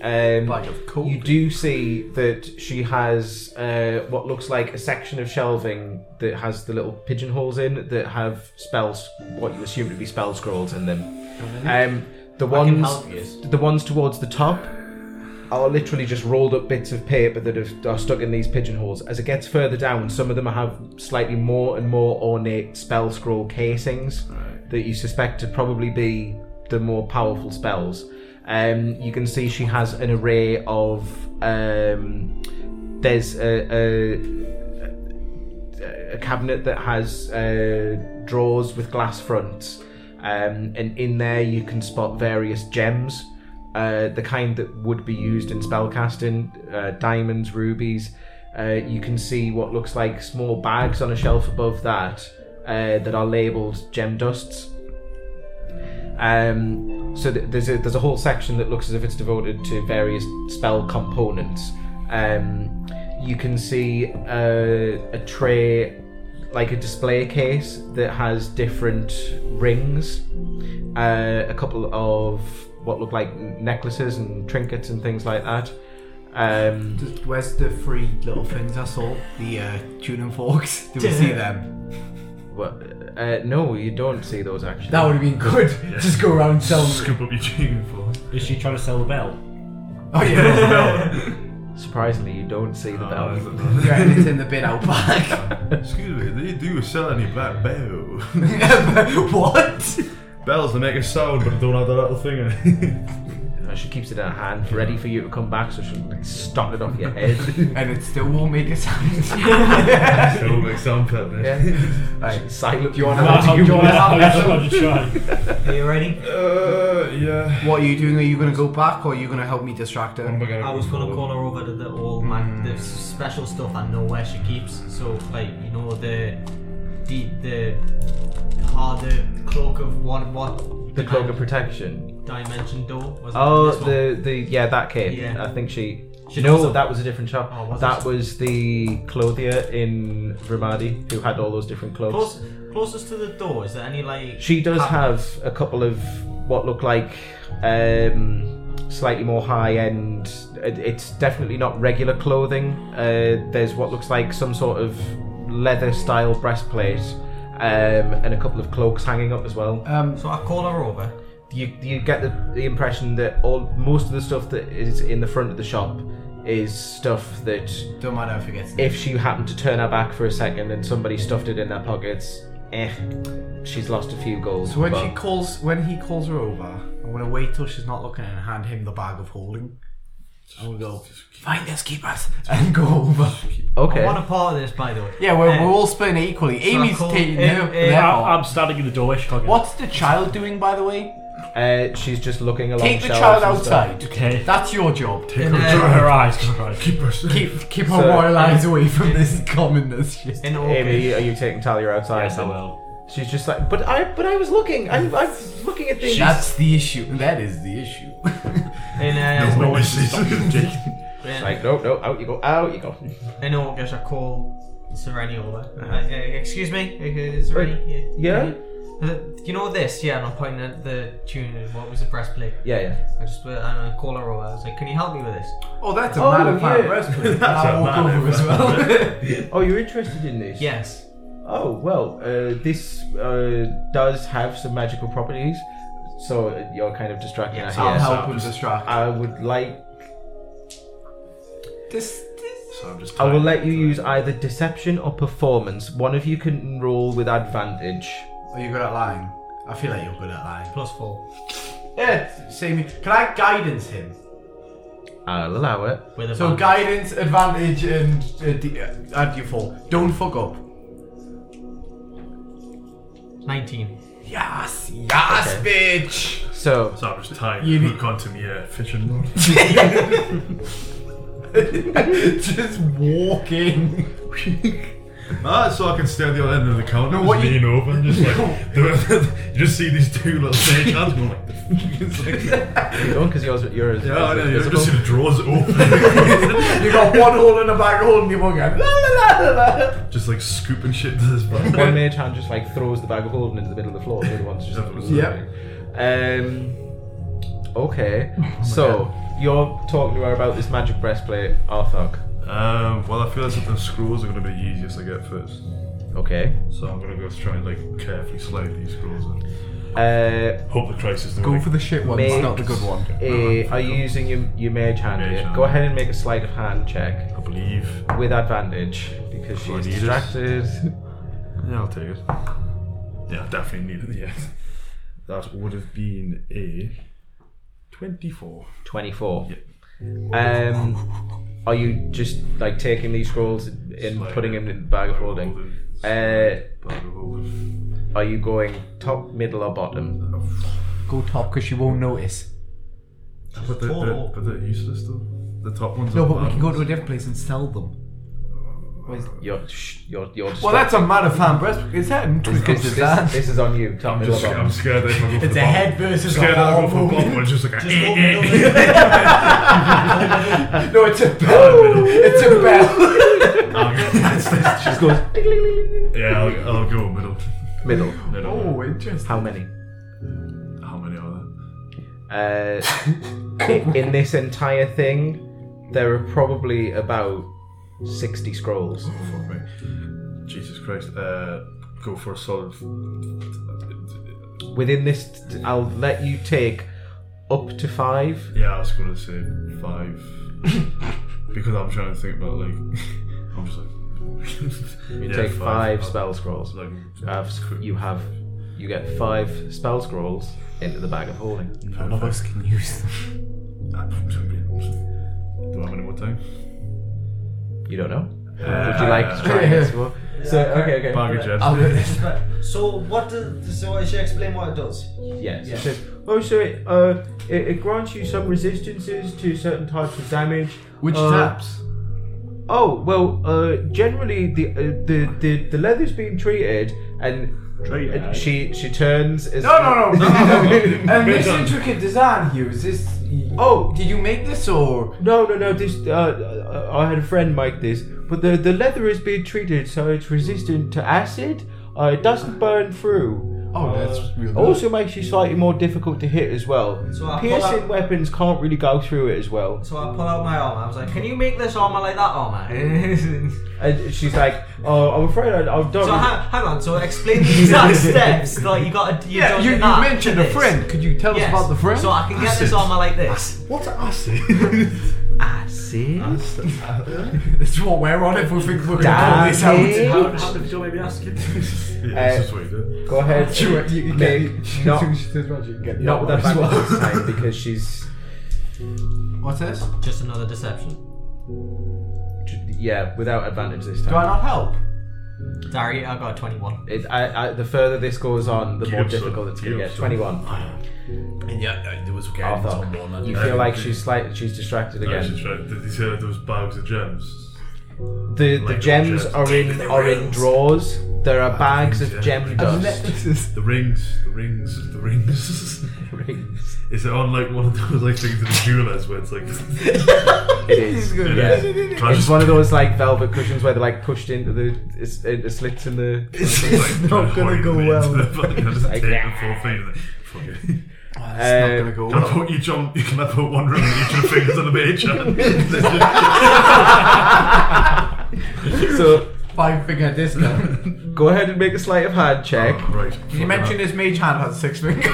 Speaker 2: Um,
Speaker 6: Bag of coke.
Speaker 2: you do see that she has uh, what looks like a section of shelving that has the little pigeonholes in that have spells, what you assume to be spell scrolls in them. Um, the
Speaker 4: can
Speaker 2: ones,
Speaker 4: help yous.
Speaker 2: the ones towards the top are literally just rolled up bits of paper that have, are stuck in these pigeonholes. As it gets further down, some of them have slightly more and more ornate spell scroll casings that you suspect to probably be the more powerful spells. Um, you can see she has an array of. Um, there's a, a a cabinet that has uh, drawers with glass fronts, um, and in there you can spot various gems, uh, the kind that would be used in spellcasting, uh, diamonds, rubies. Uh, you can see what looks like small bags on a shelf above that uh, that are labeled gem dusts. Um, so th- there's a, there's a whole section that looks as if it's devoted to various spell components. Um, you can see a, a tray, like a display case, that has different rings, uh, a couple of what look like necklaces and trinkets and things like that. Um,
Speaker 6: Just- Where's the three little things I saw? The uh, tuning forks. (laughs) Do we see them?
Speaker 2: what, uh, no, you don't see those actually.
Speaker 6: That would have been good. Just go around selling.
Speaker 3: (laughs) Scoop up your gene for.
Speaker 5: Is she trying to sell the bell?
Speaker 6: Oh yeah, (laughs)
Speaker 2: Surprisingly, you don't see the
Speaker 3: Ah, Oh,
Speaker 2: bell.
Speaker 6: yeah, and it's in the bin out back.
Speaker 3: Excuse me, do you do sell any black bell?
Speaker 6: (laughs)
Speaker 3: (laughs)
Speaker 6: what?
Speaker 3: Bells that make a sound but don't have that little thing in it.
Speaker 2: Uh, She keeps it in her hand, ready for you to come back, so she'll like, stomp it off your head.
Speaker 6: And it still won't make a sound. (laughs)
Speaker 3: It'll make sound pet then.
Speaker 2: eh?
Speaker 4: (laughs)
Speaker 6: Right.
Speaker 2: Silent. Do (laughs)
Speaker 6: you wanna-
Speaker 5: Well,
Speaker 6: do
Speaker 5: how-
Speaker 6: you
Speaker 5: do you wanna-
Speaker 6: wanna-
Speaker 5: how you wanna try?
Speaker 4: Are you ready?
Speaker 3: Uh, yeah.
Speaker 6: What are you doing? Are you gonna go back, or are you gonna help me distract her?
Speaker 3: What am I
Speaker 4: I
Speaker 3: gonna
Speaker 4: was gonna call her over to the old man,
Speaker 2: Hmm.
Speaker 4: the s- special stuff I know where she keeps. So like you know the the the harder cloak of what what
Speaker 2: The cloak of protection.
Speaker 4: dimension door was it?
Speaker 2: Oh,
Speaker 4: This one?
Speaker 2: the the yeah that came.
Speaker 4: Yeah.
Speaker 2: I think she.
Speaker 4: She
Speaker 2: no,
Speaker 4: also-
Speaker 2: that was a different shop.
Speaker 4: Oh, was
Speaker 2: that
Speaker 4: it?
Speaker 2: was the clothier in Ramadi who had all those different clothes.
Speaker 4: Close, closest to the door. Is there any like?
Speaker 2: She does
Speaker 4: cabinets?
Speaker 2: have a couple of what look like um, slightly more high end. it- It's definitely not regular clothing. Uh, there's what looks like some sort of leather style breastplate um, and a couple of cloaks hanging up as well.
Speaker 6: Um,
Speaker 4: So I call her over.
Speaker 2: you you get the, the impression that all most of the stuff that is in the front of the shop is stuff that
Speaker 6: don't matter if it gets.
Speaker 2: if she happened to turn her back for a second and somebody stuffed it in their pockets, eh, she's lost a few goals.
Speaker 6: So when
Speaker 2: but
Speaker 6: she calls, when he calls her over, I'm gonna wait till she's not looking and hand him the bag of holding. And we'll go, find us, keep us, and go over.
Speaker 2: Okay.
Speaker 4: I want a part of this, by the way.
Speaker 6: Yeah, we're,
Speaker 4: Um,
Speaker 6: we're all splitting it equally. Amy's
Speaker 4: call-
Speaker 6: taking
Speaker 4: eh,
Speaker 6: their,
Speaker 4: eh,
Speaker 6: their
Speaker 5: I,
Speaker 6: part.
Speaker 5: I'm standing in the doorway. Shrugging.
Speaker 6: What's the child doing, by the way?
Speaker 2: Uh, she's just looking along.
Speaker 6: Take the
Speaker 2: shelves
Speaker 6: child
Speaker 2: and stuff.
Speaker 6: outside.
Speaker 5: Okay.
Speaker 6: That's your job.
Speaker 3: Take
Speaker 4: And,
Speaker 3: her
Speaker 4: uh,
Speaker 5: Cover her
Speaker 3: dry.
Speaker 5: eyes. Cover her eyes.
Speaker 3: Keep her safe.
Speaker 6: Keep keep
Speaker 2: So-
Speaker 6: our royal eyes away from this commonness shit.
Speaker 4: In uh, all
Speaker 2: Amy,
Speaker 4: cases.
Speaker 2: are you taking Talia outside?
Speaker 5: Yes, I will.
Speaker 2: She's just like, but I, but I was looking. I'm, I'm looking at things.
Speaker 6: That's the issue. That is the issue.
Speaker 4: In,
Speaker 3: No
Speaker 4: uh,
Speaker 5: no one
Speaker 3: witnesses.
Speaker 4: in-
Speaker 2: Like, no, no, out you go, out you go. (laughs)
Speaker 4: in August, I call Sereni over. Uh, uh, excuse me, uh, Sereni.
Speaker 2: Yeah?
Speaker 4: Uh, you know this? Yeah, and I'm pointing at the tune. and What was the breastplate?
Speaker 2: Yeah, yeah.
Speaker 4: I just uh, and I call her over. I was like, "Can you help me with this?"
Speaker 6: (laughs) Oh, that's a
Speaker 2: Oh,
Speaker 6: man of
Speaker 2: yeah.
Speaker 6: fire breastplate. I'll
Speaker 3: a
Speaker 6: walk
Speaker 3: man
Speaker 6: over
Speaker 3: of
Speaker 6: as (laughs) well.
Speaker 2: Oh, you're interested in this?
Speaker 4: Yes.
Speaker 2: Oh well, uh, this uh, does have some magical properties, so you're kind of distracting
Speaker 4: Yes,
Speaker 2: us
Speaker 6: I'll
Speaker 2: here.
Speaker 3: so
Speaker 6: help
Speaker 3: I'm
Speaker 6: him
Speaker 3: just-
Speaker 6: distract.
Speaker 2: I would like.
Speaker 6: this, this.
Speaker 3: So I'm just
Speaker 2: I will
Speaker 3: tied
Speaker 2: let
Speaker 3: to
Speaker 2: you
Speaker 3: it.
Speaker 2: use either deception or performance. One of you can roll with advantage.
Speaker 6: Are you good at lying? I feel like you're good at lying.
Speaker 4: Plus four.
Speaker 6: Yeah, same. Can I guidance him?
Speaker 2: I'll allow it.
Speaker 4: With a
Speaker 6: So
Speaker 4: van-
Speaker 6: guidance, advantage, and uh, d- uh, add your four. Don't fuck up.
Speaker 4: nineteen.
Speaker 6: Yes, yes, bitch.
Speaker 2: So
Speaker 3: So I'm just tying
Speaker 6: You-
Speaker 3: Luke onto me, yeah, fishing rod.
Speaker 6: (laughs) Just walking.
Speaker 3: (laughs) Ah, so I can stay at the other end of the counter,
Speaker 6: what
Speaker 3: just
Speaker 6: you-
Speaker 3: lean over and just (laughs) like, you just see these two little stage
Speaker 6: (laughs)
Speaker 3: hands going like, the f- it's like
Speaker 2: you don't, because yours, yours.
Speaker 3: yeah, I know, you know,
Speaker 2: visible.
Speaker 3: just see the drawers open, (laughs)
Speaker 6: you got one hole in the back hole in your one guy. La, la, la, la, la.
Speaker 3: just like scooping shit to this bag. (laughs)
Speaker 2: One mage hand just like throws the bag of holding into the middle of the floor. The other one's just
Speaker 6: Yep.
Speaker 2: Um.
Speaker 6: (laughs)
Speaker 2: Okay.
Speaker 6: Oh
Speaker 2: so you're talking to her about this magic breastplate, Arthok.
Speaker 3: Um, well, I feel like the scrolls are gonna be easiest to get first,
Speaker 2: Okay.
Speaker 3: so I'm gonna go try and like carefully slide these scrolls in.
Speaker 2: Uh,
Speaker 3: Hope the crisis.
Speaker 6: Go for the shit one.
Speaker 2: make
Speaker 6: It's not the good one.
Speaker 2: a- Uh, are you using your, your mage hand?
Speaker 3: Mage
Speaker 2: yet?
Speaker 3: hand.
Speaker 2: Go ahead and make a sleight of hand check
Speaker 3: I believe.
Speaker 2: with advantage because
Speaker 3: I
Speaker 2: she's
Speaker 3: need it.
Speaker 2: distracted.
Speaker 3: Yeah, I'll take it. Yeah, I definitely need it. Yeah, that would have been a twenty-four.
Speaker 2: Twenty-four. Um. Are you just like taking these scrolls and
Speaker 3: Slide
Speaker 2: putting
Speaker 3: it.
Speaker 2: them in the bag of holding? Uh,
Speaker 3: Bag of holding.
Speaker 2: are you going top, middle, or bottom?
Speaker 6: Go top because she won't notice.
Speaker 3: But they're, they're, but they're useless though. The top ones.
Speaker 6: No,
Speaker 3: are
Speaker 6: but we
Speaker 3: bad
Speaker 6: can go
Speaker 3: ones.
Speaker 6: to a different place and sell them.
Speaker 2: You're shh, you're you're.
Speaker 6: Well,
Speaker 2: distracted.
Speaker 6: that's a man of fan breastplate. Is that?
Speaker 2: This, this, this is on you. Top,
Speaker 3: I'm
Speaker 2: middle,
Speaker 3: just.
Speaker 2: bottom.
Speaker 3: I'm scared. that If I go for
Speaker 6: It's a
Speaker 3: the bottom-
Speaker 6: head versus
Speaker 3: Scared
Speaker 6: a
Speaker 3: that I go
Speaker 6: arm.
Speaker 3: for the
Speaker 6: movement.
Speaker 3: bottom one. Just like. a
Speaker 4: Just
Speaker 3: (laughs) eh,
Speaker 4: walk over
Speaker 3: eh, eh.
Speaker 6: No, it's a bell. it's a bell.
Speaker 2: Just goes
Speaker 3: (laughs) Yeah, I'll, I'll go middle.
Speaker 2: middle.
Speaker 3: middle.
Speaker 6: Oh, interesting.
Speaker 2: How many?
Speaker 3: How many are there?
Speaker 2: Uh, i- in this entire thing, there are probably about sixty scrolls.
Speaker 3: Oh, fuck me. Jesus Christ. Uh, go for a solid.
Speaker 2: Within this, t- I'll let you take up to five.
Speaker 3: Yeah, I was gonna say five. (laughs) because I'm trying to think about like. (laughs) I'm just like. (laughs)
Speaker 2: You
Speaker 3: Yeah,
Speaker 2: take 5
Speaker 3: I'll-
Speaker 2: spell scrolls.
Speaker 3: Like,
Speaker 2: You have, sc- you have, you get five spell scrolls into the bag of holding.
Speaker 6: None of us can use them.
Speaker 3: (laughs) I- Ah, Do I have any more time?
Speaker 2: You don't know. Would you like to try and get some more? So okay, okay.
Speaker 3: Bag of gems.
Speaker 6: I'll do this.
Speaker 4: So what does? So I should explain what it does.
Speaker 2: Yes. It says, oh, so it, uh, it, it grants you some resistances to certain types of damage.
Speaker 6: Which
Speaker 2: Uh,
Speaker 6: taps?
Speaker 2: Oh well, uh, generally the, uh, the the the leather's being treated, and
Speaker 5: Treated.
Speaker 2: and she she turns. As
Speaker 6: No, no, no, no, no,
Speaker 2: (laughs)
Speaker 6: no. (laughs) And this intricate design here is this. Oh, did you make this or?
Speaker 2: No, no, no. This uh, uh, I had a friend make this, but the the leather is being treated so it's resistant to acid. Uh, it doesn't burn through.
Speaker 6: Oh,
Speaker 2: Uh,
Speaker 6: that's real good.
Speaker 2: Also makes you slightly more difficult to hit as well.
Speaker 4: So I pull
Speaker 2: Piercing
Speaker 4: out-
Speaker 2: weapons can't really go through it as well.
Speaker 4: So I pull out my armor. I was like, "Can you make this armor like that armor?" (laughs)
Speaker 2: And she's like, "Oh, I'm afraid I, I don't."
Speaker 4: so hang, hang on. So explain the exact steps. Like you got to. You
Speaker 6: Yeah,
Speaker 4: don't
Speaker 6: you,
Speaker 4: get
Speaker 6: Ah, you
Speaker 4: that
Speaker 6: mentioned
Speaker 4: to
Speaker 6: a
Speaker 4: this.
Speaker 6: friend. Could you tell
Speaker 4: Yes.
Speaker 6: us about the friend?
Speaker 4: So I can get this
Speaker 3: Acid.
Speaker 4: armor like this.
Speaker 3: What's acid?
Speaker 2: See?
Speaker 6: That's what we're on if we think we're going to
Speaker 2: Damn
Speaker 6: call this out.
Speaker 2: it.
Speaker 6: How-
Speaker 5: How did you maybe ask it?
Speaker 3: (laughs) yeah, this is what you do.
Speaker 2: Go ahead. (laughs)
Speaker 6: (laughs) You- you- you
Speaker 2: Make-
Speaker 6: get-
Speaker 2: not,
Speaker 6: (laughs) She says, "Well, you can get the
Speaker 2: not with
Speaker 6: other one
Speaker 2: advantage
Speaker 6: as (laughs) well."
Speaker 2: this time because she's
Speaker 6: What's this?
Speaker 4: Just another deception.
Speaker 2: J- Yeah, without advantage this time.
Speaker 6: Do I not help?
Speaker 4: Dari, I got a 21.
Speaker 2: It, I, I, the further this goes on, the more
Speaker 3: Give some,
Speaker 2: difficult it's going to
Speaker 3: give
Speaker 2: get.
Speaker 3: some.
Speaker 2: Twenty-one.
Speaker 8: And yeah, uh, there was
Speaker 3: Oh,
Speaker 8: guidance on one.
Speaker 2: Arthur,
Speaker 8: and-
Speaker 3: (laughs)
Speaker 2: you feel like she's slight, she's distracted
Speaker 3: I was
Speaker 2: again.
Speaker 3: just trying- Did he say that there was bags of gems?
Speaker 2: The the
Speaker 3: Like
Speaker 2: gems
Speaker 3: just
Speaker 2: are in
Speaker 8: the
Speaker 2: are in
Speaker 8: rings.
Speaker 2: drawers. There are bags of
Speaker 3: yeah.
Speaker 2: gem dust.
Speaker 3: The rings, the rings, the rings. (laughs)
Speaker 2: Rings.
Speaker 3: Is it on like one of those like things in the jewelers where it's like?
Speaker 2: (laughs)
Speaker 3: (laughs)
Speaker 2: It is.
Speaker 3: It
Speaker 2: Yeah.
Speaker 3: is. Can I
Speaker 2: It's
Speaker 3: just-
Speaker 2: one of those like velvet cushions where they're like pushed into the it's, it, it slits in
Speaker 3: (laughs)
Speaker 2: the. (laughs)
Speaker 6: (laughs)
Speaker 3: It's, not gonna (laughs) go well. just take the four fingers. Fuck it.
Speaker 2: Uh,
Speaker 6: It's not gonna go
Speaker 3: Can I
Speaker 6: well.
Speaker 3: put each (laughs) on? Can I put one ring in each of the fingers on
Speaker 4: (laughs)
Speaker 3: the major?
Speaker 2: so
Speaker 6: Five finger (laughs) disco.
Speaker 2: go ahead and make a sleight of hand check.
Speaker 3: right.
Speaker 6: Did you mention his mage hand has six (laughs) fingers?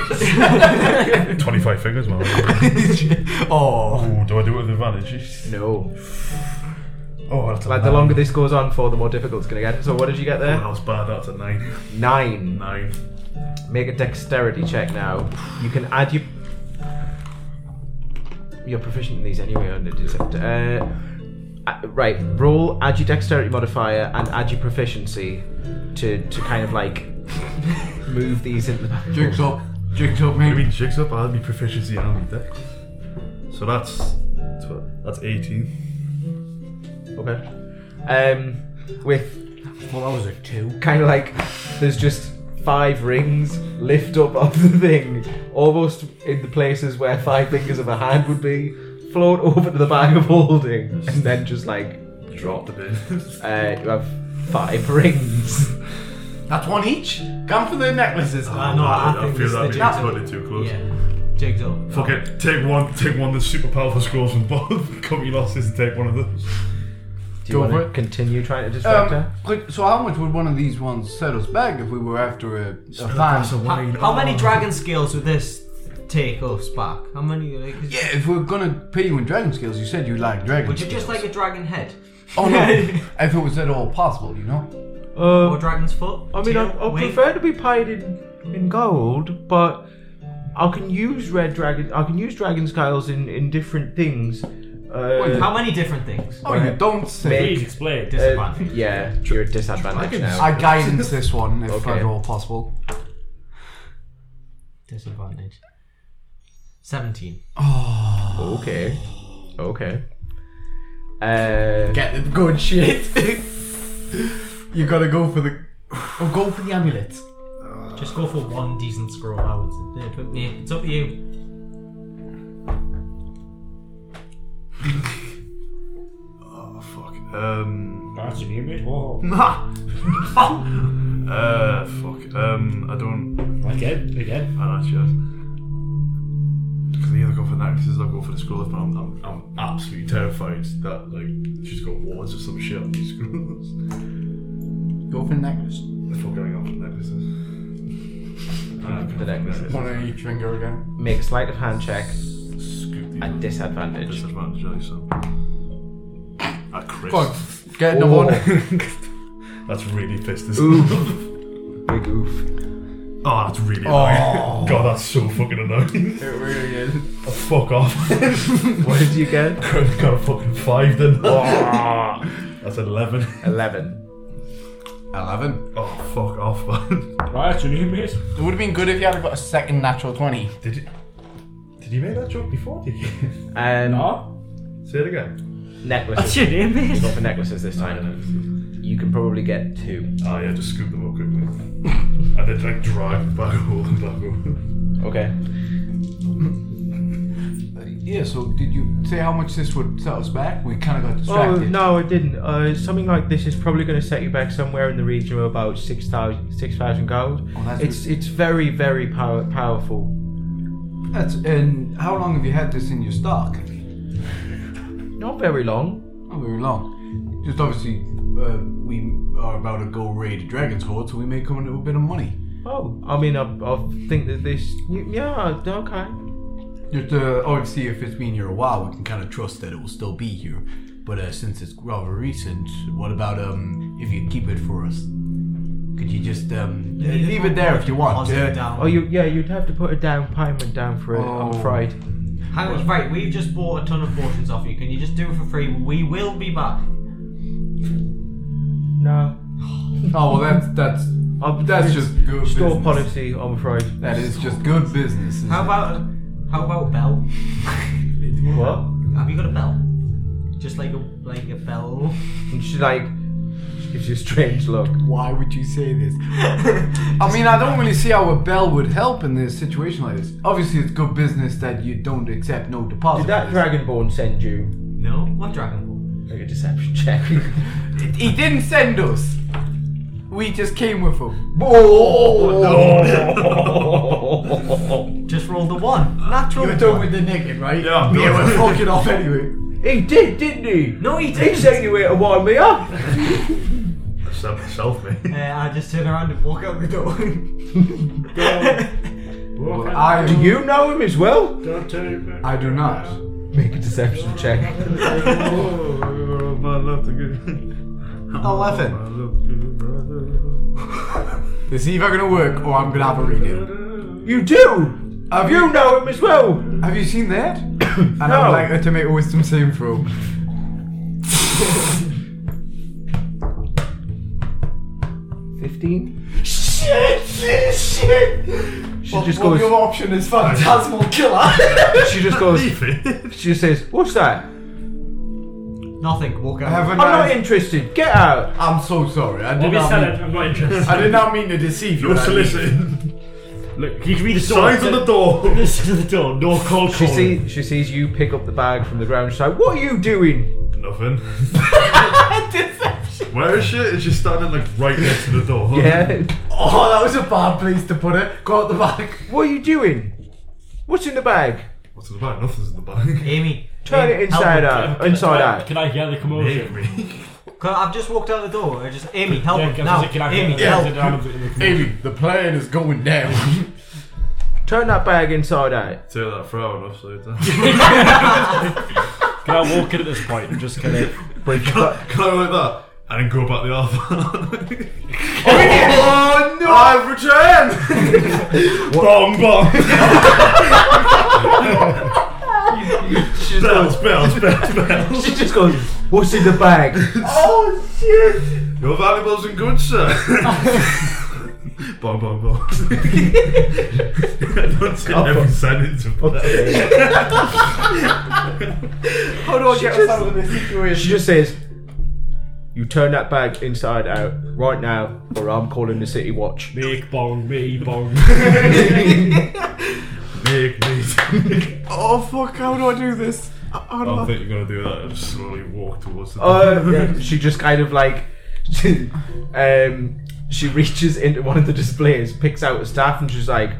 Speaker 3: Twenty-five fingers, man.
Speaker 6: (laughs) oh.
Speaker 3: Ooh, do I do it with advantage?
Speaker 2: No.
Speaker 3: Oh, that's a
Speaker 2: Like the
Speaker 3: nine.
Speaker 2: longer this goes on for, the more difficult it's gonna get. So what did you get
Speaker 3: Oh,
Speaker 2: there?
Speaker 3: that was bad. That's a nine.
Speaker 2: Nine.
Speaker 3: Nine.
Speaker 2: Make a dexterity check now. You can add your. You're proficient in these anyway, aren't you? Uh, uh, right, roll, add your dexterity modifier, and add your proficiency to, to kind of like (laughs) move these into the back.
Speaker 6: Jigs up. Jigs up,
Speaker 3: I
Speaker 6: maybe.
Speaker 3: mean, jigs up. I'll be proficiency and I'll be dex. So that's that's what- that's eighteen.
Speaker 2: Okay. Um, with
Speaker 7: Well, that was a two.
Speaker 2: kind of like there's just five rings lift up off the thing, almost in the places where five fingers of a hand would be, float over to the bag of holding, and then just like
Speaker 3: Dropped a (laughs) bit.
Speaker 2: uh, you have five rings.
Speaker 6: That's one each. Come for the necklaces.
Speaker 4: Uh, no, I
Speaker 3: I
Speaker 4: think
Speaker 3: feel
Speaker 4: this
Speaker 3: that
Speaker 4: is
Speaker 3: being
Speaker 4: legit.
Speaker 3: totally too close.
Speaker 4: Yeah. Jigs up.
Speaker 3: Fuck it. Take one. Take one. that's super powerful scrolls from (laughs) both company losses, and take one of those.
Speaker 2: Do you
Speaker 6: Go
Speaker 2: want
Speaker 6: for
Speaker 2: to
Speaker 6: it.
Speaker 2: continue trying to
Speaker 6: Um,
Speaker 2: distract her?
Speaker 6: quick, so how much would one of these ones set us back if we were after a, a van?
Speaker 4: How, how many dragon scales would this take us back? How many? Like, is-
Speaker 6: Yeah, if we're gonna pay you in dragon skills, you said you like dragon.
Speaker 4: Would you just
Speaker 6: skills.
Speaker 4: like a dragon head?
Speaker 6: Oh (laughs) no! if it was at all possible, you know.
Speaker 4: Or dragon's foot?
Speaker 2: uh, I mean, I,
Speaker 4: Tail?
Speaker 2: I
Speaker 4: Wing?
Speaker 2: prefer to be paid in, in gold, but I can use red dragon. I can use dragon scales in, in different things. Uh,
Speaker 4: How many different things?
Speaker 6: Oh, you (laughs) don't say.
Speaker 5: Please explain.
Speaker 2: uh,
Speaker 4: Disadvantage.
Speaker 2: yeah, you're at disadvantage now.
Speaker 6: I guidance this one if
Speaker 2: Okay.
Speaker 6: at all possible.
Speaker 4: Disadvantage. 17.
Speaker 2: Okay. Okay. Uh,
Speaker 6: Get the good shit. (laughs) you gotta go for the. Or go for the amulet.
Speaker 4: Just go for one decent scroll, I would say. Yeah, but, yeah, It's up to you.
Speaker 3: Oh fuck. Um.
Speaker 5: That's an image. Whoa.
Speaker 3: (laughs) Uh. Fuck. Um. I don't.
Speaker 5: Again, again.
Speaker 3: I don't know. Because either go for the necklaces or go for the scrolls, but I'm, I'm, I'm absolutely terrified that like she's got wards or some shit on these (laughs) scrolls.
Speaker 6: Go for the necklace.
Speaker 3: The fuck going on with necklaces?
Speaker 2: The necklaces.
Speaker 6: One on each finger again.
Speaker 2: make a sleight of hand check
Speaker 3: Scoop the-
Speaker 2: at (laughs) disadvantage.
Speaker 3: disadvantage, I so. A crit.
Speaker 6: Fuck. Get another one. (laughs)
Speaker 3: That's really pissed. This.
Speaker 2: Big oof.
Speaker 3: Oh, that's really annoying. (laughs) God, that's so fucking annoying.
Speaker 6: It really is.
Speaker 3: Oh, fuck off.
Speaker 2: What did you get?
Speaker 3: (laughs) I've got a fucking five then. (laughs) that's eleven. (laughs)
Speaker 2: Eleven.
Speaker 6: Eleven.
Speaker 3: Oh, fuck off, man.
Speaker 5: Right, that's an image.
Speaker 6: It would have been good if you had got a second natural twenty.
Speaker 3: Did you? Did you make that joke before? Did you? (laughs)
Speaker 2: Um,
Speaker 5: No.
Speaker 3: Say it again.
Speaker 2: Necklaces. (laughs)
Speaker 4: your name,
Speaker 2: Not for necklaces this time. You can probably get two.
Speaker 3: Oh yeah, just scoop them up quickly. and then like drag back hold them back over.
Speaker 2: Okay.
Speaker 6: Yeah. So did you say how much this would set us back? We kind of got
Speaker 2: Oh
Speaker 6: distracted.
Speaker 2: no, it didn't. Uh, something like this is probably going to set you back somewhere in the region of about 6,000 6,000 gold.
Speaker 6: Oh, that's
Speaker 2: it's it's very very power, powerful.
Speaker 6: That's and how long have you had this in your stock?
Speaker 2: Not very long.
Speaker 6: Not very long. Just obviously, uh, we are about to go raid a dragon's horde, so we may come into a bit of money.
Speaker 2: Oh, I mean, I, I think that this. Yeah, okay.
Speaker 6: Just uh, obviously, if it's been here a while, we can kind of trust that it will still be here. But uh, since it's rather recent, what about um if you keep it for us? Could you just um uh, leave it there if you want?
Speaker 4: Deposit
Speaker 6: Uh,
Speaker 4: down.
Speaker 2: Oh, you yeah, you'd have to put a down payment down for it. I'm
Speaker 6: Oh.
Speaker 2: afraid.
Speaker 4: Hang on, right, we've just bought a ton of portions off you. Can you just do it for free? We will be back.
Speaker 2: No.
Speaker 6: Oh well, that's that's that's just good
Speaker 2: Store
Speaker 6: business.
Speaker 2: policy, I'm afraid.
Speaker 6: That is just good business. isn't
Speaker 4: How
Speaker 6: it?
Speaker 4: about how about bell?
Speaker 2: What?
Speaker 4: Have you got a bell? Just like a like a bell.
Speaker 2: And she like she gives you a strange look.
Speaker 6: Why would you say (laughs) this? I mean, I don't really see how a bell would help in this situation like this. Obviously, it's good business that you don't accept no deposit.
Speaker 2: Did that dragonborn send you
Speaker 4: No, what dragon ball?
Speaker 2: like a deception
Speaker 6: (laughs)
Speaker 2: check?
Speaker 6: He didn't send us. We just came with him.
Speaker 2: Oh.
Speaker 6: (laughs)
Speaker 3: Oh.
Speaker 4: Just roll the one. Natural.
Speaker 6: You're done
Speaker 4: one.
Speaker 6: with the naked, right?
Speaker 3: Yeah, I'm
Speaker 6: Yeah,
Speaker 3: done.
Speaker 6: we're fucking off anyway.
Speaker 2: he did, didn't he?
Speaker 4: No, he
Speaker 2: He
Speaker 4: didn't.
Speaker 2: sent you here to wind me up.
Speaker 3: Except myself, mate.
Speaker 4: (laughs) Uh, I just turn around and walk out the door. (laughs)
Speaker 6: Well, (laughs) I
Speaker 2: Do you know him as well?
Speaker 3: Don't tell you, man.
Speaker 6: I do not.
Speaker 2: Make a deception check.
Speaker 3: Oh, my love to good.
Speaker 6: Eleven.
Speaker 3: love to
Speaker 6: To see if I'm gonna work or I'm gonna have a redo.
Speaker 2: You do.
Speaker 6: Have
Speaker 2: You know him as well.
Speaker 6: Have you seen that? and I
Speaker 2: No.
Speaker 6: would like to make a wisdom saving throw.
Speaker 2: Fifteen.
Speaker 6: Shit! Shit! Shit!
Speaker 2: She
Speaker 6: Well,
Speaker 2: just
Speaker 6: well,
Speaker 2: goes.
Speaker 6: your option is phantasmal killer.
Speaker 2: She just goes. (laughs)
Speaker 3: Leave it.
Speaker 2: She just says, "What's that?
Speaker 4: Nothing. Walk out.
Speaker 6: Have (laughs) a
Speaker 2: I'm not
Speaker 6: nice-
Speaker 2: interested. Get out."
Speaker 6: I'm so sorry. I
Speaker 5: Let
Speaker 6: did
Speaker 5: me
Speaker 6: not
Speaker 5: sell
Speaker 6: mean,
Speaker 5: it. I'm not interested.
Speaker 6: I did not mean to deceive you.
Speaker 3: You're
Speaker 6: I mean-
Speaker 3: soliciting.
Speaker 5: Look, you can read the door.
Speaker 3: Signs on the
Speaker 5: (laughs)
Speaker 3: door.
Speaker 5: This to the door. No cold
Speaker 2: She
Speaker 5: calling.
Speaker 2: sees. She sees you pick up the bag from the ground. She's like, "What are you doing?"
Speaker 3: Nothing. Where is she? Is she standing like right next to the door?
Speaker 2: (laughs) Yeah.
Speaker 6: Oh, that was a bad place to put it. Go out the back.
Speaker 2: What are you doing? What's in the bag?
Speaker 3: What's in the bag? Nothing's in the
Speaker 4: (laughs)
Speaker 3: bag.
Speaker 4: Amy.
Speaker 2: Turn
Speaker 4: Amy,
Speaker 2: it inside
Speaker 4: help
Speaker 2: out. Inside
Speaker 5: can I,
Speaker 2: out.
Speaker 5: Can I hear the
Speaker 3: Hate
Speaker 5: commotion?
Speaker 3: me.
Speaker 4: me. Can- I've just walked out the door. I just Amy, help
Speaker 5: Yeah,
Speaker 4: me.
Speaker 5: can I-
Speaker 4: now.
Speaker 5: can I hear
Speaker 4: Amy,
Speaker 5: the-
Speaker 4: help.
Speaker 5: the sound of the- the commotion?
Speaker 6: Amy, the plane is going down.
Speaker 2: Turn that bag inside out.
Speaker 3: Say that for hour enough, so it's-
Speaker 5: Can I walk in at this point and just kind of
Speaker 2: But
Speaker 3: Can
Speaker 2: (laughs)
Speaker 3: I, (laughs) can I like that? And then go back the (laughs) other.
Speaker 6: oh
Speaker 2: (laughs)
Speaker 6: no! I've returned!
Speaker 3: bomb, bomb. bells, bells, bells, bells.
Speaker 2: she just goes, "What's in the bag?"
Speaker 6: oh shit!
Speaker 3: Your valuables and goods, sir. bomb, bomb, (laughs) bomb. I don't say every sentence of that.
Speaker 6: How do I get us out of this situation?
Speaker 2: She just says, "You turn that bag inside out right now, or I'm calling the city watch."
Speaker 5: make bong, me bong?
Speaker 3: Make me.
Speaker 6: (laughs) Oh fuck, how do I do this? How
Speaker 3: I
Speaker 6: do
Speaker 3: don't
Speaker 6: I...
Speaker 3: think you're gonna do that. I just slowly walk towards the.
Speaker 2: Uh,
Speaker 6: (laughs)
Speaker 2: yeah, she just kind of like, (laughs) um, she reaches into one of the displays, picks out a staff, and she's like,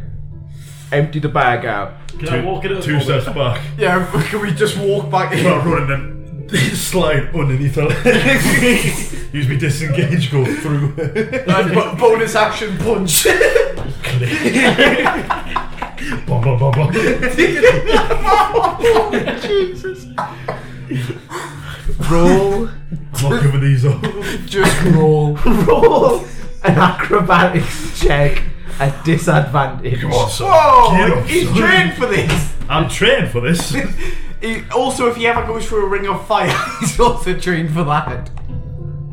Speaker 2: "Empty the bag out."
Speaker 5: Can I walk in
Speaker 3: two,
Speaker 5: at
Speaker 3: two
Speaker 5: this
Speaker 3: steps
Speaker 5: moment?
Speaker 3: back.
Speaker 6: Yeah, can we just walk back (laughs) in?
Speaker 3: Start running and (laughs) slide underneath her legs. Use me disengage, go through.
Speaker 6: And bo- bonus action punch.
Speaker 3: Bomb, bomb, bomb, bomb.
Speaker 2: Roll,
Speaker 3: I'm not giving these up.
Speaker 6: (laughs) just roll.
Speaker 2: roll (laughs) an acrobatics check at disadvantage.
Speaker 3: Come on, son. Get
Speaker 6: Whoa!
Speaker 3: up,
Speaker 6: He's
Speaker 3: son.
Speaker 6: trained for this!
Speaker 3: I'm trained for
Speaker 6: (laughs)
Speaker 3: this.
Speaker 6: He, also, if he ever goes through a ring of fire, (laughs) he's also trained for that.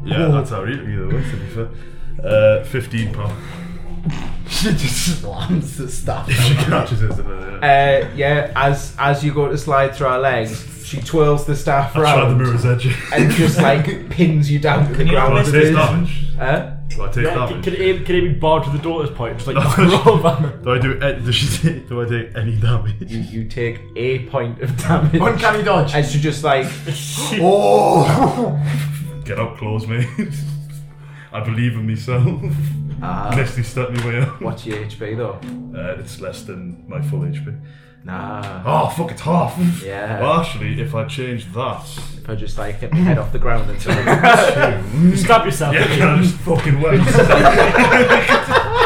Speaker 3: yeah, that's how you either way, to be fair. Uh, 15 pound. (laughs)
Speaker 6: She just slams the stuff.
Speaker 3: She catches us in it. yeah.
Speaker 2: Uh, yeah, as as you go to slide through her legs, she twirls the staff
Speaker 3: I tried the
Speaker 2: around
Speaker 3: mirror's edge.
Speaker 5: Uh,
Speaker 3: (laughs)
Speaker 2: and just like pins you down to the
Speaker 4: you
Speaker 2: ground.
Speaker 3: Do I
Speaker 2: with it.
Speaker 3: taste damage?
Speaker 2: Huh?
Speaker 3: Do I taste
Speaker 5: Yeah, can,
Speaker 3: damage?
Speaker 5: can, Amy, can Amy barge to the door at this point? Just like knock her (laughs) over.
Speaker 3: do I do? Any, does she take, do I take any
Speaker 2: You,
Speaker 3: damage?
Speaker 2: you take a point of damage.
Speaker 6: Uncanny dodge.
Speaker 2: and she just
Speaker 6: (laughs)
Speaker 2: like
Speaker 6: Oh!
Speaker 3: Get up close, mate. (laughs) I believe in myself. (laughs) Unless they step me way up.
Speaker 2: What's uh, your HP though?
Speaker 3: Uh, it's less than my full HP.
Speaker 2: Nah.
Speaker 3: Oh fuck! It's half.
Speaker 2: Yeah.
Speaker 3: Well, actually, if I change that, (laughs)
Speaker 2: If I just like hit my head off the ground and something.
Speaker 5: Stab yourself.
Speaker 3: yeah,
Speaker 5: Amy.
Speaker 3: I just fucking wait.
Speaker 2: (laughs)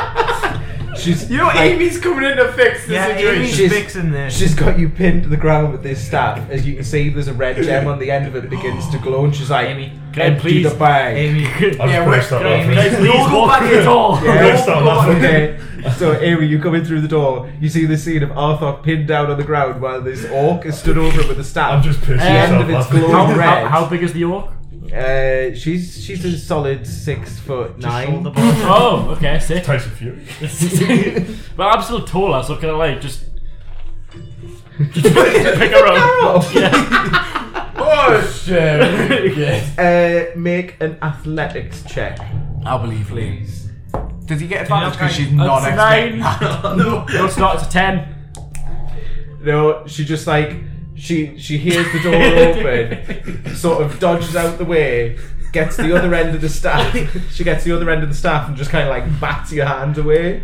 Speaker 2: She's
Speaker 9: You know, Amy's coming in to fix the
Speaker 4: Yeah,
Speaker 9: situation.
Speaker 4: Amy's
Speaker 2: She's-
Speaker 4: fixing this.
Speaker 2: She's got you pinned to the ground with this staff. As you can see, there's a red gem on the end of it begins to glow, and she's like,
Speaker 4: Amy.
Speaker 5: Can I
Speaker 2: empty
Speaker 5: please-
Speaker 2: the bag.
Speaker 4: Amy,
Speaker 3: I'm
Speaker 9: Yeah,
Speaker 3: yeah,
Speaker 9: we're-
Speaker 3: gonna start
Speaker 5: Can I
Speaker 3: laughing.
Speaker 5: please walk back at all?
Speaker 2: Yeah,
Speaker 3: Don't start
Speaker 2: go on,
Speaker 3: laughing.
Speaker 2: okay. So, Amy, you come in through the door. You see the scene of Arthur pinned down on the ground while this orc is stood over him with a staff.
Speaker 3: I'm just pissing
Speaker 2: The end
Speaker 3: myself
Speaker 2: of its
Speaker 3: laughing.
Speaker 5: How,
Speaker 2: glowing red.
Speaker 5: how, how big is the orc?
Speaker 2: Uh, she's she's a solid six foot (laughs) nine.
Speaker 4: shoulder ball.
Speaker 5: Oh, okay, sick.
Speaker 3: Tyson Fury.
Speaker 5: but I'm still taller, so can I like just (laughs) pick
Speaker 2: (laughs)
Speaker 5: her up?
Speaker 6: Oh, (laughs)
Speaker 2: Uh, make an athletics check.
Speaker 6: I believe Lee.
Speaker 2: Please.
Speaker 6: Does he get advantage because she's
Speaker 5: That's
Speaker 6: not expecting?
Speaker 5: nine. no, it's not. It's a ten.
Speaker 2: No, she just like she she hears the door
Speaker 5: (laughs)
Speaker 2: open, sort of dodges out the way, gets the other end of the staff. She gets the other end of the staff and just kind of like bats your hand away.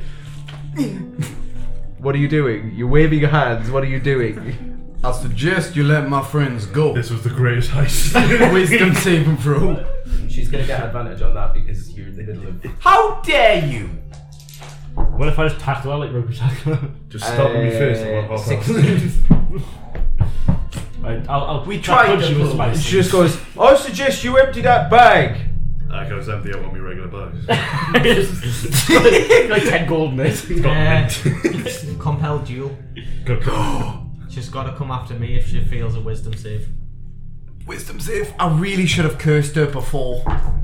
Speaker 2: What are you doing? You're waving your hands. What are you doing?
Speaker 6: I suggest you let my friends go.
Speaker 3: (laughs) This was the greatest heist. (laughs)
Speaker 6: Wisdom saving throw.
Speaker 2: She's gonna get advantage on that because you're in the middle of.
Speaker 9: How dare you?
Speaker 5: What if I just tackle her like rugby tackle? her? (laughs)
Speaker 3: Just stop me first. I want half
Speaker 5: Right, I'll, I'll we
Speaker 9: tried
Speaker 5: She
Speaker 9: to
Speaker 5: was
Speaker 9: pull.
Speaker 5: spicy.
Speaker 2: She just
Speaker 5: (laughs)
Speaker 2: goes. I suggest you empty that bag.
Speaker 3: (laughs) I goes empty out on my regular bags.
Speaker 5: like ten gold in it.
Speaker 3: (laughs)
Speaker 4: Uh, compelled duel.
Speaker 3: Go, go.
Speaker 4: She's got to come after me if she fails a wisdom save.
Speaker 6: Wisdom save.
Speaker 9: I really should have cursed her before.
Speaker 3: (gasps)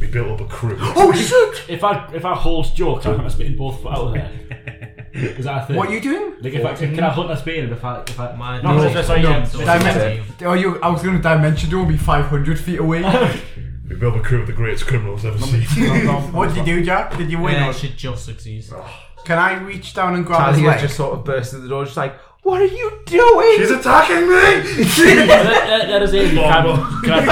Speaker 3: We built up a crew. (gasps)
Speaker 9: Oh shit!
Speaker 5: If I if I hold joke, I can I spit both foot out of there. Is that a thing?
Speaker 6: What are you doing?
Speaker 5: Like if I, can I hunt a spear if I if I
Speaker 4: My
Speaker 5: No, that's what you
Speaker 4: no,
Speaker 5: did.
Speaker 4: so
Speaker 6: I
Speaker 4: it's up to
Speaker 6: meant-
Speaker 4: you.
Speaker 6: Oh, you. I was going to dimension door and be 500 feet away.
Speaker 3: We built up a crew of the greatest criminals ever seen.
Speaker 6: what did you do, Jack? Did you win?
Speaker 4: Yeah,
Speaker 6: or-
Speaker 4: she just succeeds.
Speaker 6: Can I reach down and grab his
Speaker 2: Talia
Speaker 6: leg?
Speaker 2: just sort of bursts through the door, just like, "What are you doing?"
Speaker 3: He's attacking me!
Speaker 5: that, that- that is Amy. Can I, (laughs) can I, (laughs)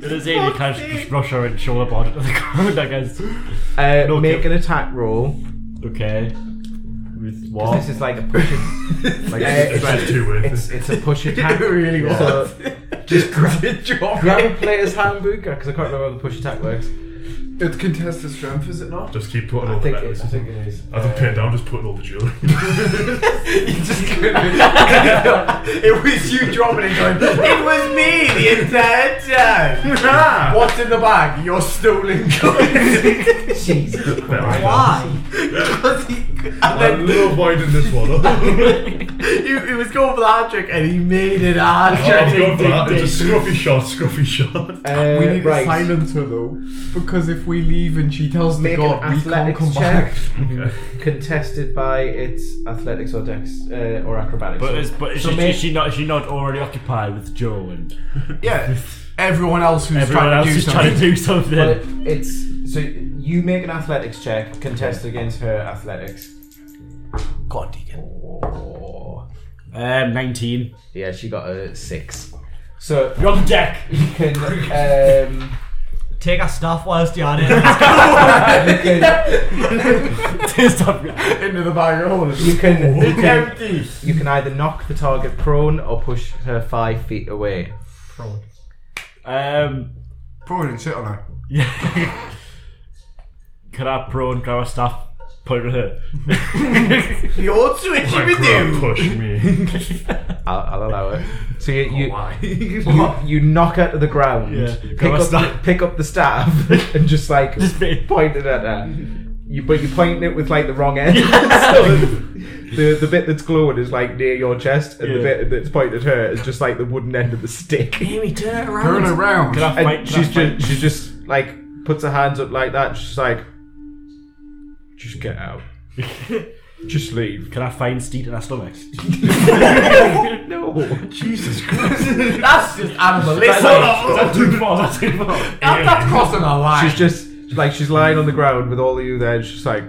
Speaker 5: that is Amy. Can I just, just rush her and shoulder blade (laughs) into the ground? I guess.
Speaker 2: (laughs) Uh,
Speaker 5: No,
Speaker 2: make
Speaker 5: Kim.
Speaker 2: an attack roll.
Speaker 5: Okay. With what?
Speaker 2: This is like a push.
Speaker 6: (laughs)
Speaker 2: it- like
Speaker 3: (laughs) It's just too worth
Speaker 2: it's,
Speaker 3: it.
Speaker 2: it's a push attack.
Speaker 6: It really was.
Speaker 2: So
Speaker 6: just grab it, drop
Speaker 2: grab a player's handbook because I can't remember how the push attack works.
Speaker 6: It's contested strength, is it not? (laughs)
Speaker 3: Just keep putting
Speaker 2: I
Speaker 3: all the
Speaker 2: think it,
Speaker 3: necklaces.
Speaker 2: I think it is.
Speaker 3: I don't pin down, just putting all the jewelry.
Speaker 6: it was you dropping it going, it was me the entire
Speaker 2: (laughs)
Speaker 6: time. What's in the bag? Your stolen goods.
Speaker 4: Why?
Speaker 3: I'm a little winding this one (laughs) up.
Speaker 6: he, he was going for the hat trick and he made it a hat trick.
Speaker 3: I'm going for that. It's a scruffy shot, scruffy (laughs) shot.
Speaker 2: Uh,
Speaker 6: we need
Speaker 2: right.
Speaker 6: to silence her though, because if we leave and she tells
Speaker 2: Make
Speaker 6: the god
Speaker 2: an
Speaker 6: we can't come
Speaker 2: athletics check
Speaker 6: back,
Speaker 2: (laughs) contested by its athletics or dex uh, or acrobatics.
Speaker 5: But is, but is,
Speaker 2: So
Speaker 5: she,
Speaker 2: make-
Speaker 5: is she not is she not already occupied with Joe and
Speaker 6: yeah, everyone else who's
Speaker 5: everyone
Speaker 6: trying
Speaker 5: else
Speaker 6: to do
Speaker 5: is trying
Speaker 6: something.
Speaker 5: to do something?
Speaker 2: But it- it's so you make an athletics check contested against her athletics.
Speaker 9: God, Deacon.
Speaker 2: Oh.
Speaker 5: Um, nineteen.
Speaker 2: Yeah, she got a six. So
Speaker 5: You're on the deck.
Speaker 2: you can um,
Speaker 4: Take a staff whilst you're
Speaker 6: (laughs)
Speaker 4: at it.
Speaker 2: you can
Speaker 6: (laughs)
Speaker 5: Stop.
Speaker 6: Into the bag of holding.
Speaker 2: you can you
Speaker 6: It's
Speaker 2: can,
Speaker 6: empty.
Speaker 2: you can either knock the target prone or push her five feet away.
Speaker 4: Prone.
Speaker 5: Um,
Speaker 6: Probably didn't sit on her.
Speaker 5: yeah. (laughs) Can I prone grab a staff? Point at her.
Speaker 6: The old switch
Speaker 3: My crew push me.
Speaker 2: I'll, I'll allow
Speaker 5: (laughs)
Speaker 2: it. So you you, (laughs) you you knock her to the ground.
Speaker 5: Oh, Yeah.
Speaker 2: Pick
Speaker 5: Grab a
Speaker 2: up the,
Speaker 5: staff.
Speaker 2: pick up the
Speaker 5: (laughs)
Speaker 2: staff and just like
Speaker 5: Just
Speaker 2: (laughs)
Speaker 5: bit-
Speaker 2: point it at her. You but you're pointing it with like the wrong
Speaker 5: (laughs)
Speaker 2: end. (laughs) so the the bit that's glowing is like near your chest, and the
Speaker 5: Yeah.
Speaker 2: bit that's pointed at her is just like the wooden end of the
Speaker 5: (laughs)
Speaker 2: stick.
Speaker 4: Amy, turn it
Speaker 6: Turn around.
Speaker 5: Can I
Speaker 2: And
Speaker 5: fight?
Speaker 2: she's
Speaker 5: can I
Speaker 2: just she just like puts her hands up like that. She's like, just get
Speaker 5: (laughs)
Speaker 2: out,
Speaker 5: find,
Speaker 2: just leave.
Speaker 5: can I find Steed in her stomach?
Speaker 2: No,
Speaker 5: (laughs)
Speaker 3: Jesus Christ.
Speaker 6: That's just
Speaker 5: That's
Speaker 6: animalistic.
Speaker 5: not too far. That's too far.
Speaker 6: I'm not crossing a line.
Speaker 2: she's just like she's lying on the ground with all of you there. And she's like,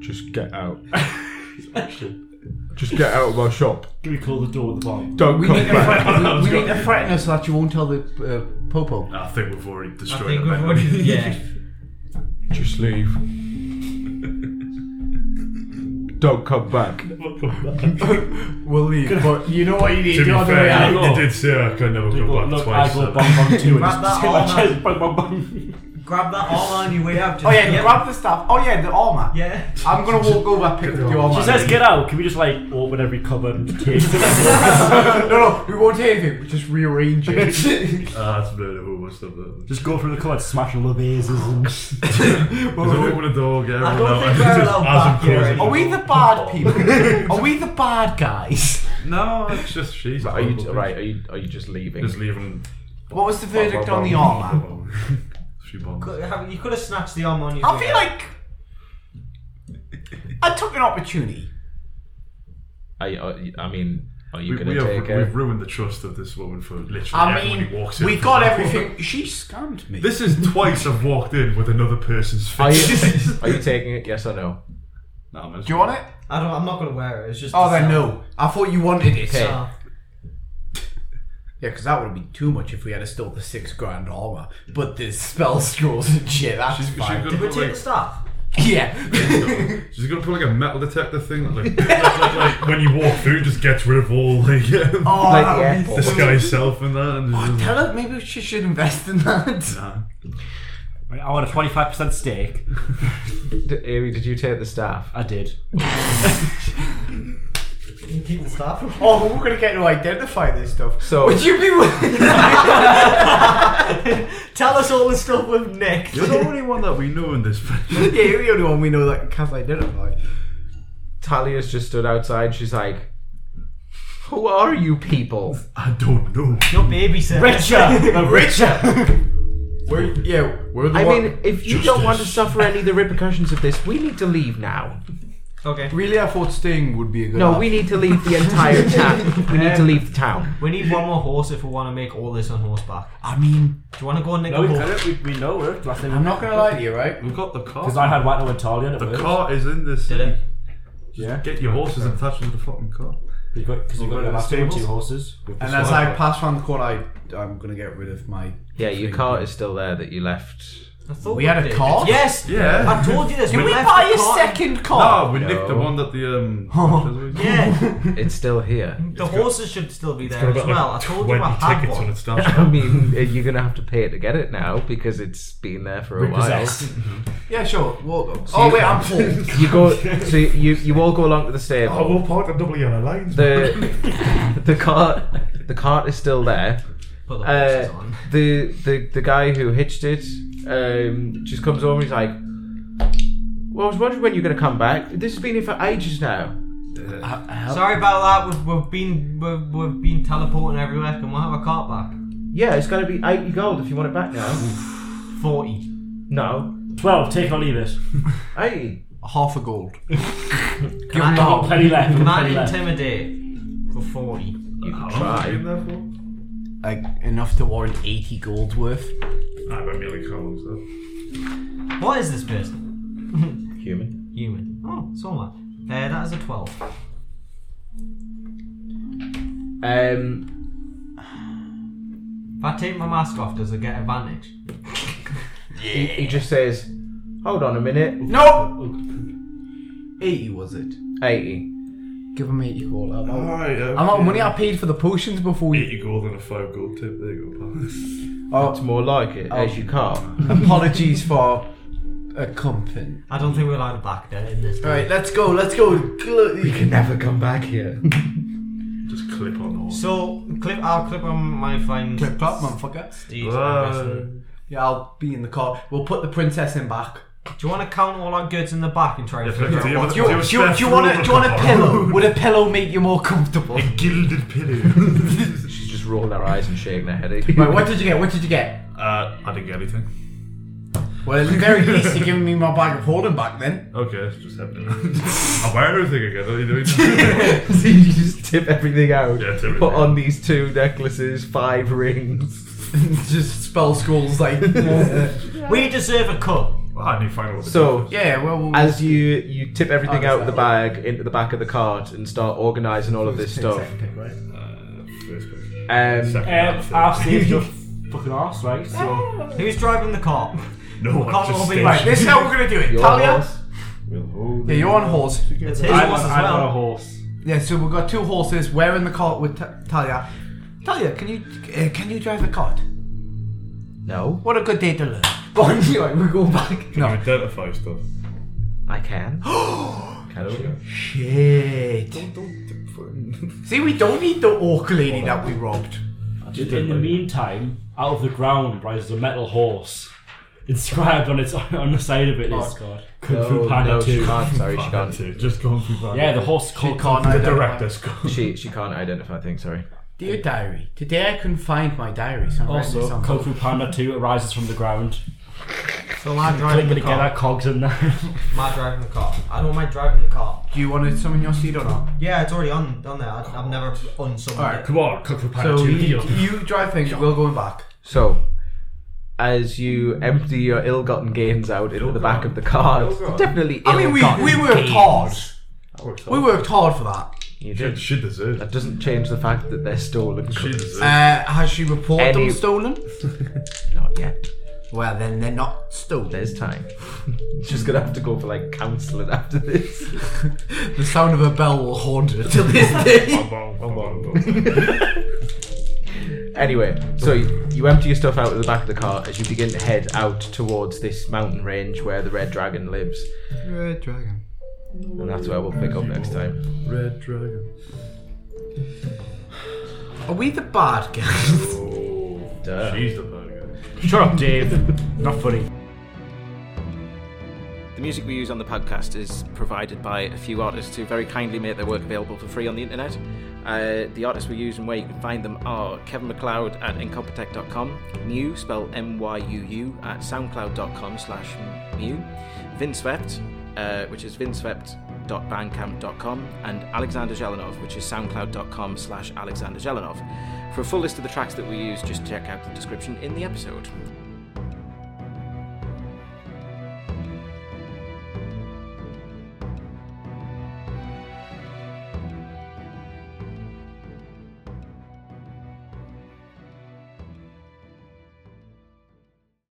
Speaker 2: just get out,
Speaker 6: (laughs)
Speaker 2: just get out of my shop.
Speaker 5: Can we close the door at the bottom?
Speaker 2: Don't
Speaker 6: we
Speaker 2: come
Speaker 6: need, to
Speaker 2: back.
Speaker 6: threaten, we, we need to threaten her so that you won't tell the uh, popo.
Speaker 3: I think we've already
Speaker 4: I
Speaker 3: destroyed
Speaker 4: think
Speaker 3: the
Speaker 4: we've
Speaker 3: memory.
Speaker 4: already.
Speaker 3: (laughs)
Speaker 4: Yeah.
Speaker 2: Just leave. Don't come back.
Speaker 6: (laughs) (laughs) We'll leave. But you know what you need
Speaker 3: To
Speaker 6: to
Speaker 3: be
Speaker 6: do on the way
Speaker 3: fair,
Speaker 6: out.
Speaker 3: you did say I could never
Speaker 5: They
Speaker 3: go
Speaker 5: go,
Speaker 3: back
Speaker 5: look,
Speaker 3: twice.
Speaker 5: I go
Speaker 4: (laughs)
Speaker 3: so-
Speaker 5: bang bang two and
Speaker 4: Wrap
Speaker 5: (laughs)
Speaker 4: that
Speaker 5: just hit my
Speaker 4: arm up.
Speaker 5: chest. Bang bang bang.
Speaker 4: grab that arm on your way up. Just
Speaker 6: Oh yeah,
Speaker 4: yep.
Speaker 6: grab the staff. Oh yeah, the armor.
Speaker 4: Yeah.
Speaker 6: I'm gonna walk over, pick up the armor.
Speaker 5: She says, "Get out." Can we just like open every cupboard and (laughs) take it?
Speaker 6: no, no, we won't take anything. We just rearrange it.
Speaker 3: Ah, that's really who must have done.
Speaker 5: just go through the cupboard, smash all the vases, and (laughs)
Speaker 3: There's only one dog. Yeah,
Speaker 4: I
Speaker 3: everyone
Speaker 4: don't
Speaker 3: else-
Speaker 4: think we're
Speaker 3: just
Speaker 4: allowed
Speaker 3: as
Speaker 4: back here
Speaker 3: imposing.
Speaker 4: anymore.
Speaker 6: Are we the bad (laughs) people? Are we the bad guys?
Speaker 3: No, it's just she's.
Speaker 2: Are you right? Are you are you just leaving?
Speaker 3: Just leaving.
Speaker 6: What was the verdict on the armor?
Speaker 3: (laughs) She bonds.
Speaker 4: Could have- You could have snatched the arm on your
Speaker 6: I
Speaker 4: way
Speaker 6: feel
Speaker 4: out.
Speaker 6: like I took an opportunity.
Speaker 2: Are you, are you- I mean, are you
Speaker 3: We,
Speaker 2: going
Speaker 3: we
Speaker 2: to
Speaker 3: have,
Speaker 2: take
Speaker 3: we've
Speaker 2: it?
Speaker 3: ruined the trust of this woman for literally
Speaker 6: I
Speaker 3: everyone who
Speaker 6: mean,
Speaker 3: walks in.
Speaker 6: we
Speaker 3: for
Speaker 6: got
Speaker 3: that.
Speaker 6: everything. She scammed (laughs) me.
Speaker 3: This is twice I've walked in with another person's
Speaker 2: Are
Speaker 3: face.
Speaker 2: you, are you taking it? Yes or no?
Speaker 3: Nah, man, it's-
Speaker 6: Do you want it?
Speaker 4: I don't. I'm not gonna wear it. It's just.
Speaker 6: Oh,
Speaker 4: the
Speaker 6: then
Speaker 4: sound.
Speaker 6: no. I thought you wanted it.
Speaker 2: Okay.
Speaker 6: (laughs)
Speaker 4: Oh.
Speaker 6: Yeah, because that would have been too much if we had stole the six grand armor. But there's spell scrolls and shit. That's
Speaker 3: She's, she's
Speaker 6: fine.
Speaker 3: gonna
Speaker 4: Did we
Speaker 3: put
Speaker 4: take
Speaker 3: like,
Speaker 4: the staff?
Speaker 6: (laughs)
Speaker 2: (laughs)
Speaker 6: yeah.
Speaker 3: she's gonna put like a metal detector thing that (laughs) like, like, like, like when you walk through just gets rid of all like (laughs)
Speaker 6: oh,
Speaker 2: Like
Speaker 6: that
Speaker 2: the
Speaker 6: would be
Speaker 2: airport.
Speaker 3: this guy's self and that and just,
Speaker 6: Tell her maybe she should invest
Speaker 2: (laughs)
Speaker 6: in that.
Speaker 3: nah.
Speaker 5: I want a twenty-five percent stake.
Speaker 2: D- Amy, did you take the staff?
Speaker 5: I did.
Speaker 4: You can keep the staff.
Speaker 6: Oh, we're gonna get to identify this stuff.
Speaker 2: So-
Speaker 6: would you be willing?
Speaker 4: (laughs) Tell us all the stuff we've nicked.
Speaker 3: You're the
Speaker 6: (laughs)
Speaker 3: only one that we know in this place.
Speaker 6: yeah, you're the only one we know that can identify.
Speaker 2: Talia's just stood outside. She's like, "Who are you people?"
Speaker 3: I don't know.
Speaker 4: Your babysitter.
Speaker 5: Richer,
Speaker 6: (laughs)
Speaker 5: richer.
Speaker 6: We're yeah, we're the
Speaker 2: I
Speaker 6: one.
Speaker 2: mean, if you don't want to suffer any of the repercussions of this, we need to leave now.
Speaker 4: (laughs) Okay.
Speaker 10: Really, I thought staying would be a good.
Speaker 2: No,
Speaker 10: option.
Speaker 2: we need to leave the entire town. We need to leave the town.
Speaker 4: We need one more horse if we want to make all this on horseback.
Speaker 6: I mean,
Speaker 4: Do you want to go and nick
Speaker 5: No,
Speaker 4: a
Speaker 5: we
Speaker 4: horse?
Speaker 5: did it. We, we know it. Last
Speaker 6: I'm not gonna lie to you, right?
Speaker 3: We've got the car.
Speaker 5: Because I had White Italian. It
Speaker 3: the
Speaker 5: worked.
Speaker 3: car is in this.
Speaker 4: Did it?
Speaker 5: Yeah.
Speaker 3: Get your horses and attach them to the fucking car.
Speaker 5: Because you got, 'cause you got
Speaker 3: got
Speaker 5: the
Speaker 3: the
Speaker 5: same two
Speaker 3: stables?
Speaker 5: horses. with the
Speaker 6: And as
Speaker 5: sword.
Speaker 6: I pass around the corner, I, I'm gonna get rid of my.
Speaker 2: Yeah, your car is still there that you left.
Speaker 4: I thought
Speaker 6: We had a
Speaker 4: did.
Speaker 6: car?
Speaker 4: Yes.
Speaker 3: Yeah.
Speaker 4: I told you this.
Speaker 6: Did we
Speaker 4: left
Speaker 6: buy
Speaker 4: the
Speaker 6: a
Speaker 4: car-
Speaker 6: second car?
Speaker 3: Ah, we
Speaker 2: No.
Speaker 3: nicked the one that the (laughs) um.
Speaker 4: Yeah.
Speaker 2: It's still here.
Speaker 4: The horses should still be there
Speaker 3: Got
Speaker 4: as
Speaker 3: about,
Speaker 4: well. I
Speaker 3: like,
Speaker 4: told you I
Speaker 3: 20
Speaker 4: had
Speaker 3: tickets
Speaker 4: one.
Speaker 3: on
Speaker 2: (laughs)
Speaker 3: its
Speaker 2: I (laughs)
Speaker 3: dashboard.
Speaker 2: mean, you're gonna have to pay to get it now because it's been there for a while.
Speaker 5: Repossessed.
Speaker 6: Yeah, sure. Well, oh wait, I'm (laughs) full.
Speaker 2: You go, so you you all go along to the stable.
Speaker 3: (laughs) I will park the double yellow lines.
Speaker 2: the the (laughs) cart the cart is still there.
Speaker 4: Put the
Speaker 2: Uh,
Speaker 4: horses on.
Speaker 2: the the the guy who hitched it um, just comes over and he's like, "Well, I was wondering when you're gonna come back. This has been here for ages now."
Speaker 6: Uh,
Speaker 4: Sorry about that. We've, we've been we've, we've been teleporting everywhere. Can we have a cart back?
Speaker 2: Yeah, it's gonna be eighty gold if you want it back now.
Speaker 4: Forty.
Speaker 2: no,
Speaker 5: Twelve. Take or leave it.
Speaker 2: eighty.
Speaker 6: Half a gold.
Speaker 4: Can I,
Speaker 5: Got plenty left.
Speaker 4: can
Speaker 5: got
Speaker 4: I
Speaker 5: Plenty left.
Speaker 4: intimidate for forty?
Speaker 2: You can
Speaker 3: How long have you
Speaker 2: try.
Speaker 3: been there for?
Speaker 6: Like enough to warrant eighty gold worth.
Speaker 3: I don't really count, so.
Speaker 4: What is this person?
Speaker 2: Human.
Speaker 4: Human. Oh, so am I. Uh, that is a twelve.
Speaker 2: Um,
Speaker 4: If I take my mask off, does it get advantage?
Speaker 2: he, he just says, "Hold on a minute,
Speaker 6: No. Eighty was it?
Speaker 2: 80.
Speaker 6: Give him eighty gold. I'm out.
Speaker 3: Alright, yeah.
Speaker 6: I'm out money I paid for the potions before we. (laughs)
Speaker 3: 80 gold and a 5 gold tip. There you go, pal. (laughs)
Speaker 2: It's more like it as you can.
Speaker 6: Apologies for a compin.
Speaker 4: I don't think we're allowed back there in this.
Speaker 6: All right, let's go. Let's go. We can never come back here.
Speaker 3: Just clip on horse.
Speaker 4: So clip. I'll clip on my fine.
Speaker 6: Clip clap, motherfucker.
Speaker 4: steeds,
Speaker 3: Ah.
Speaker 4: I'm guessing.
Speaker 6: Yeah, I'll be in the car. We'll put the princess in back.
Speaker 4: Do you want to count all our goods in the back and try to
Speaker 3: Yeah,
Speaker 4: figure
Speaker 3: do
Speaker 4: out
Speaker 3: you
Speaker 4: what?
Speaker 3: have
Speaker 6: Do you, do you, do you want a, do you want a pillow? Would a pillow make you more (laughs) comfortable?
Speaker 3: A gilded pillow.
Speaker 2: (laughs) She's just rolling her eyes and shaking her head.
Speaker 6: Right, what did you get? What did you get?
Speaker 3: (laughs) (laughs) uh, I didn't get anything.
Speaker 6: Well, at the very least, you're giving me my bag of holding back (laughs) then.
Speaker 3: Okay, it's just happening. (laughs) I wear everything again. What are you doing?
Speaker 2: So you just tip everything out.
Speaker 3: Yeah, (laughs) tip
Speaker 2: Put
Speaker 3: everything
Speaker 2: on
Speaker 3: out.
Speaker 2: these two necklaces, five rings.
Speaker 6: (laughs) Just spell schools like.
Speaker 4: We deserve a cut.
Speaker 3: well, I need to find out what the
Speaker 2: So
Speaker 6: (laughs) yeah, well, we'll
Speaker 2: as you you tip everything
Speaker 6: Oh,
Speaker 2: out of the
Speaker 6: that's that,
Speaker 2: bag into the back of the cart and start organising all of this stuff.
Speaker 6: Second pick, right?
Speaker 3: difference- Uh, first pick.
Speaker 2: Um,
Speaker 3: Second
Speaker 5: Um,
Speaker 3: and third.
Speaker 5: I've saved (laughs) your fucking arse, right? So
Speaker 4: Who's driving the (laughs) car?
Speaker 3: No,
Speaker 4: Can't
Speaker 3: I'm
Speaker 4: all
Speaker 3: just
Speaker 4: be
Speaker 3: staying.
Speaker 6: Right, this is how we're gonna do it.
Speaker 2: your
Speaker 6: Talia?
Speaker 2: horse.
Speaker 3: We'll hold
Speaker 6: Yeah,
Speaker 3: it.
Speaker 6: you're on horse.
Speaker 4: It's his
Speaker 5: I
Speaker 4: horse
Speaker 5: want,
Speaker 4: as
Speaker 5: I want a
Speaker 4: well.
Speaker 5: horse.
Speaker 6: Yeah, so we've got two horses. We're in the cart with Ta- Talia. Talia, can you uh, can you drive a cart?
Speaker 2: No.
Speaker 6: (laughs) What a good day to learn. Bonnie, like, we go back.
Speaker 3: Can
Speaker 6: No.
Speaker 3: you identify stuff?
Speaker 2: I (gasps) can. can I?
Speaker 6: Shit. (laughs) See, we don't need the orc lady that we robbed.
Speaker 5: In the meantime, out of the ground rises a metal horse. (laughs) Inscribed on its on the side of it is Kung Fu Panda
Speaker 2: no, she (laughs)
Speaker 5: 2.
Speaker 2: can't. Sorry, she
Speaker 3: That's
Speaker 2: can't.
Speaker 3: it. Just gone through that.
Speaker 5: Yeah, the horse called
Speaker 6: can't
Speaker 5: Kung Fu-
Speaker 3: the director's gone.
Speaker 2: She she can't identify things. Sorry.
Speaker 6: Dear diary, today I couldn't find my diary, so I'm writing
Speaker 5: Also,
Speaker 6: this
Speaker 5: Kung
Speaker 6: on.
Speaker 5: Fu Panda 2 arises from the ground.
Speaker 4: So I'm
Speaker 5: I'm
Speaker 4: driving
Speaker 5: gonna
Speaker 4: the
Speaker 5: get our
Speaker 4: car.
Speaker 5: cogs in there. (laughs)
Speaker 4: Am I driving the car? I don't mind driving the car.
Speaker 6: Do you want to summon your seed or not?
Speaker 4: Yeah, it's already on on there. I, I've never unsummoned
Speaker 6: Alright,
Speaker 4: it.
Speaker 5: Come on, Kung Fu Panda
Speaker 6: So
Speaker 5: 2.
Speaker 6: you,
Speaker 5: deal.
Speaker 6: you drive things, we'll go in back.
Speaker 2: So, as you empty your ill-gotten gains out into the back of the car, it's definitely
Speaker 6: I mean, we,
Speaker 2: ill-gotten
Speaker 6: we worked
Speaker 2: gains.
Speaker 6: hard. We worked hard for that.
Speaker 2: You
Speaker 3: She,
Speaker 2: did.
Speaker 3: she deserves it.
Speaker 2: That doesn't change the fact that they're stolen.
Speaker 3: She deserves it.
Speaker 6: Uh, has she reported
Speaker 2: Any-
Speaker 6: them stolen?
Speaker 2: Not yet.
Speaker 6: Well, then they're not stolen.
Speaker 2: There's time. (laughs) She's gonna have to go for like counselling after this. (laughs)
Speaker 6: The sound of a bell will haunt her till this (laughs) day.
Speaker 2: Anyway, so you, you empty your stuff out of the back of the car as you begin to head out towards this mountain range where the red dragon lives,
Speaker 10: Red dragon.
Speaker 2: and that's where we'll pick up next time.
Speaker 10: Red dragon.
Speaker 6: Are we the bad guys?
Speaker 2: Duh.
Speaker 3: Oh, She's the bad guy.
Speaker 5: Shut up, Dave. Not funny.
Speaker 1: The music we use on the podcast is provided by a few artists who very kindly make their work available for free on the internet. Uh, the artists we use and where you can find them are Kevin McLeod at incompetech.com, Mew, spelled M-Y-U-U, at soundcloud.com slash Mew, Vinswept, uh, which is vinswept.bandcamp.com, and Alexander Zelenov, which is soundcloud.com slash Alexander Zelenov. For a full list of the tracks that we use, just check out the description in the episode.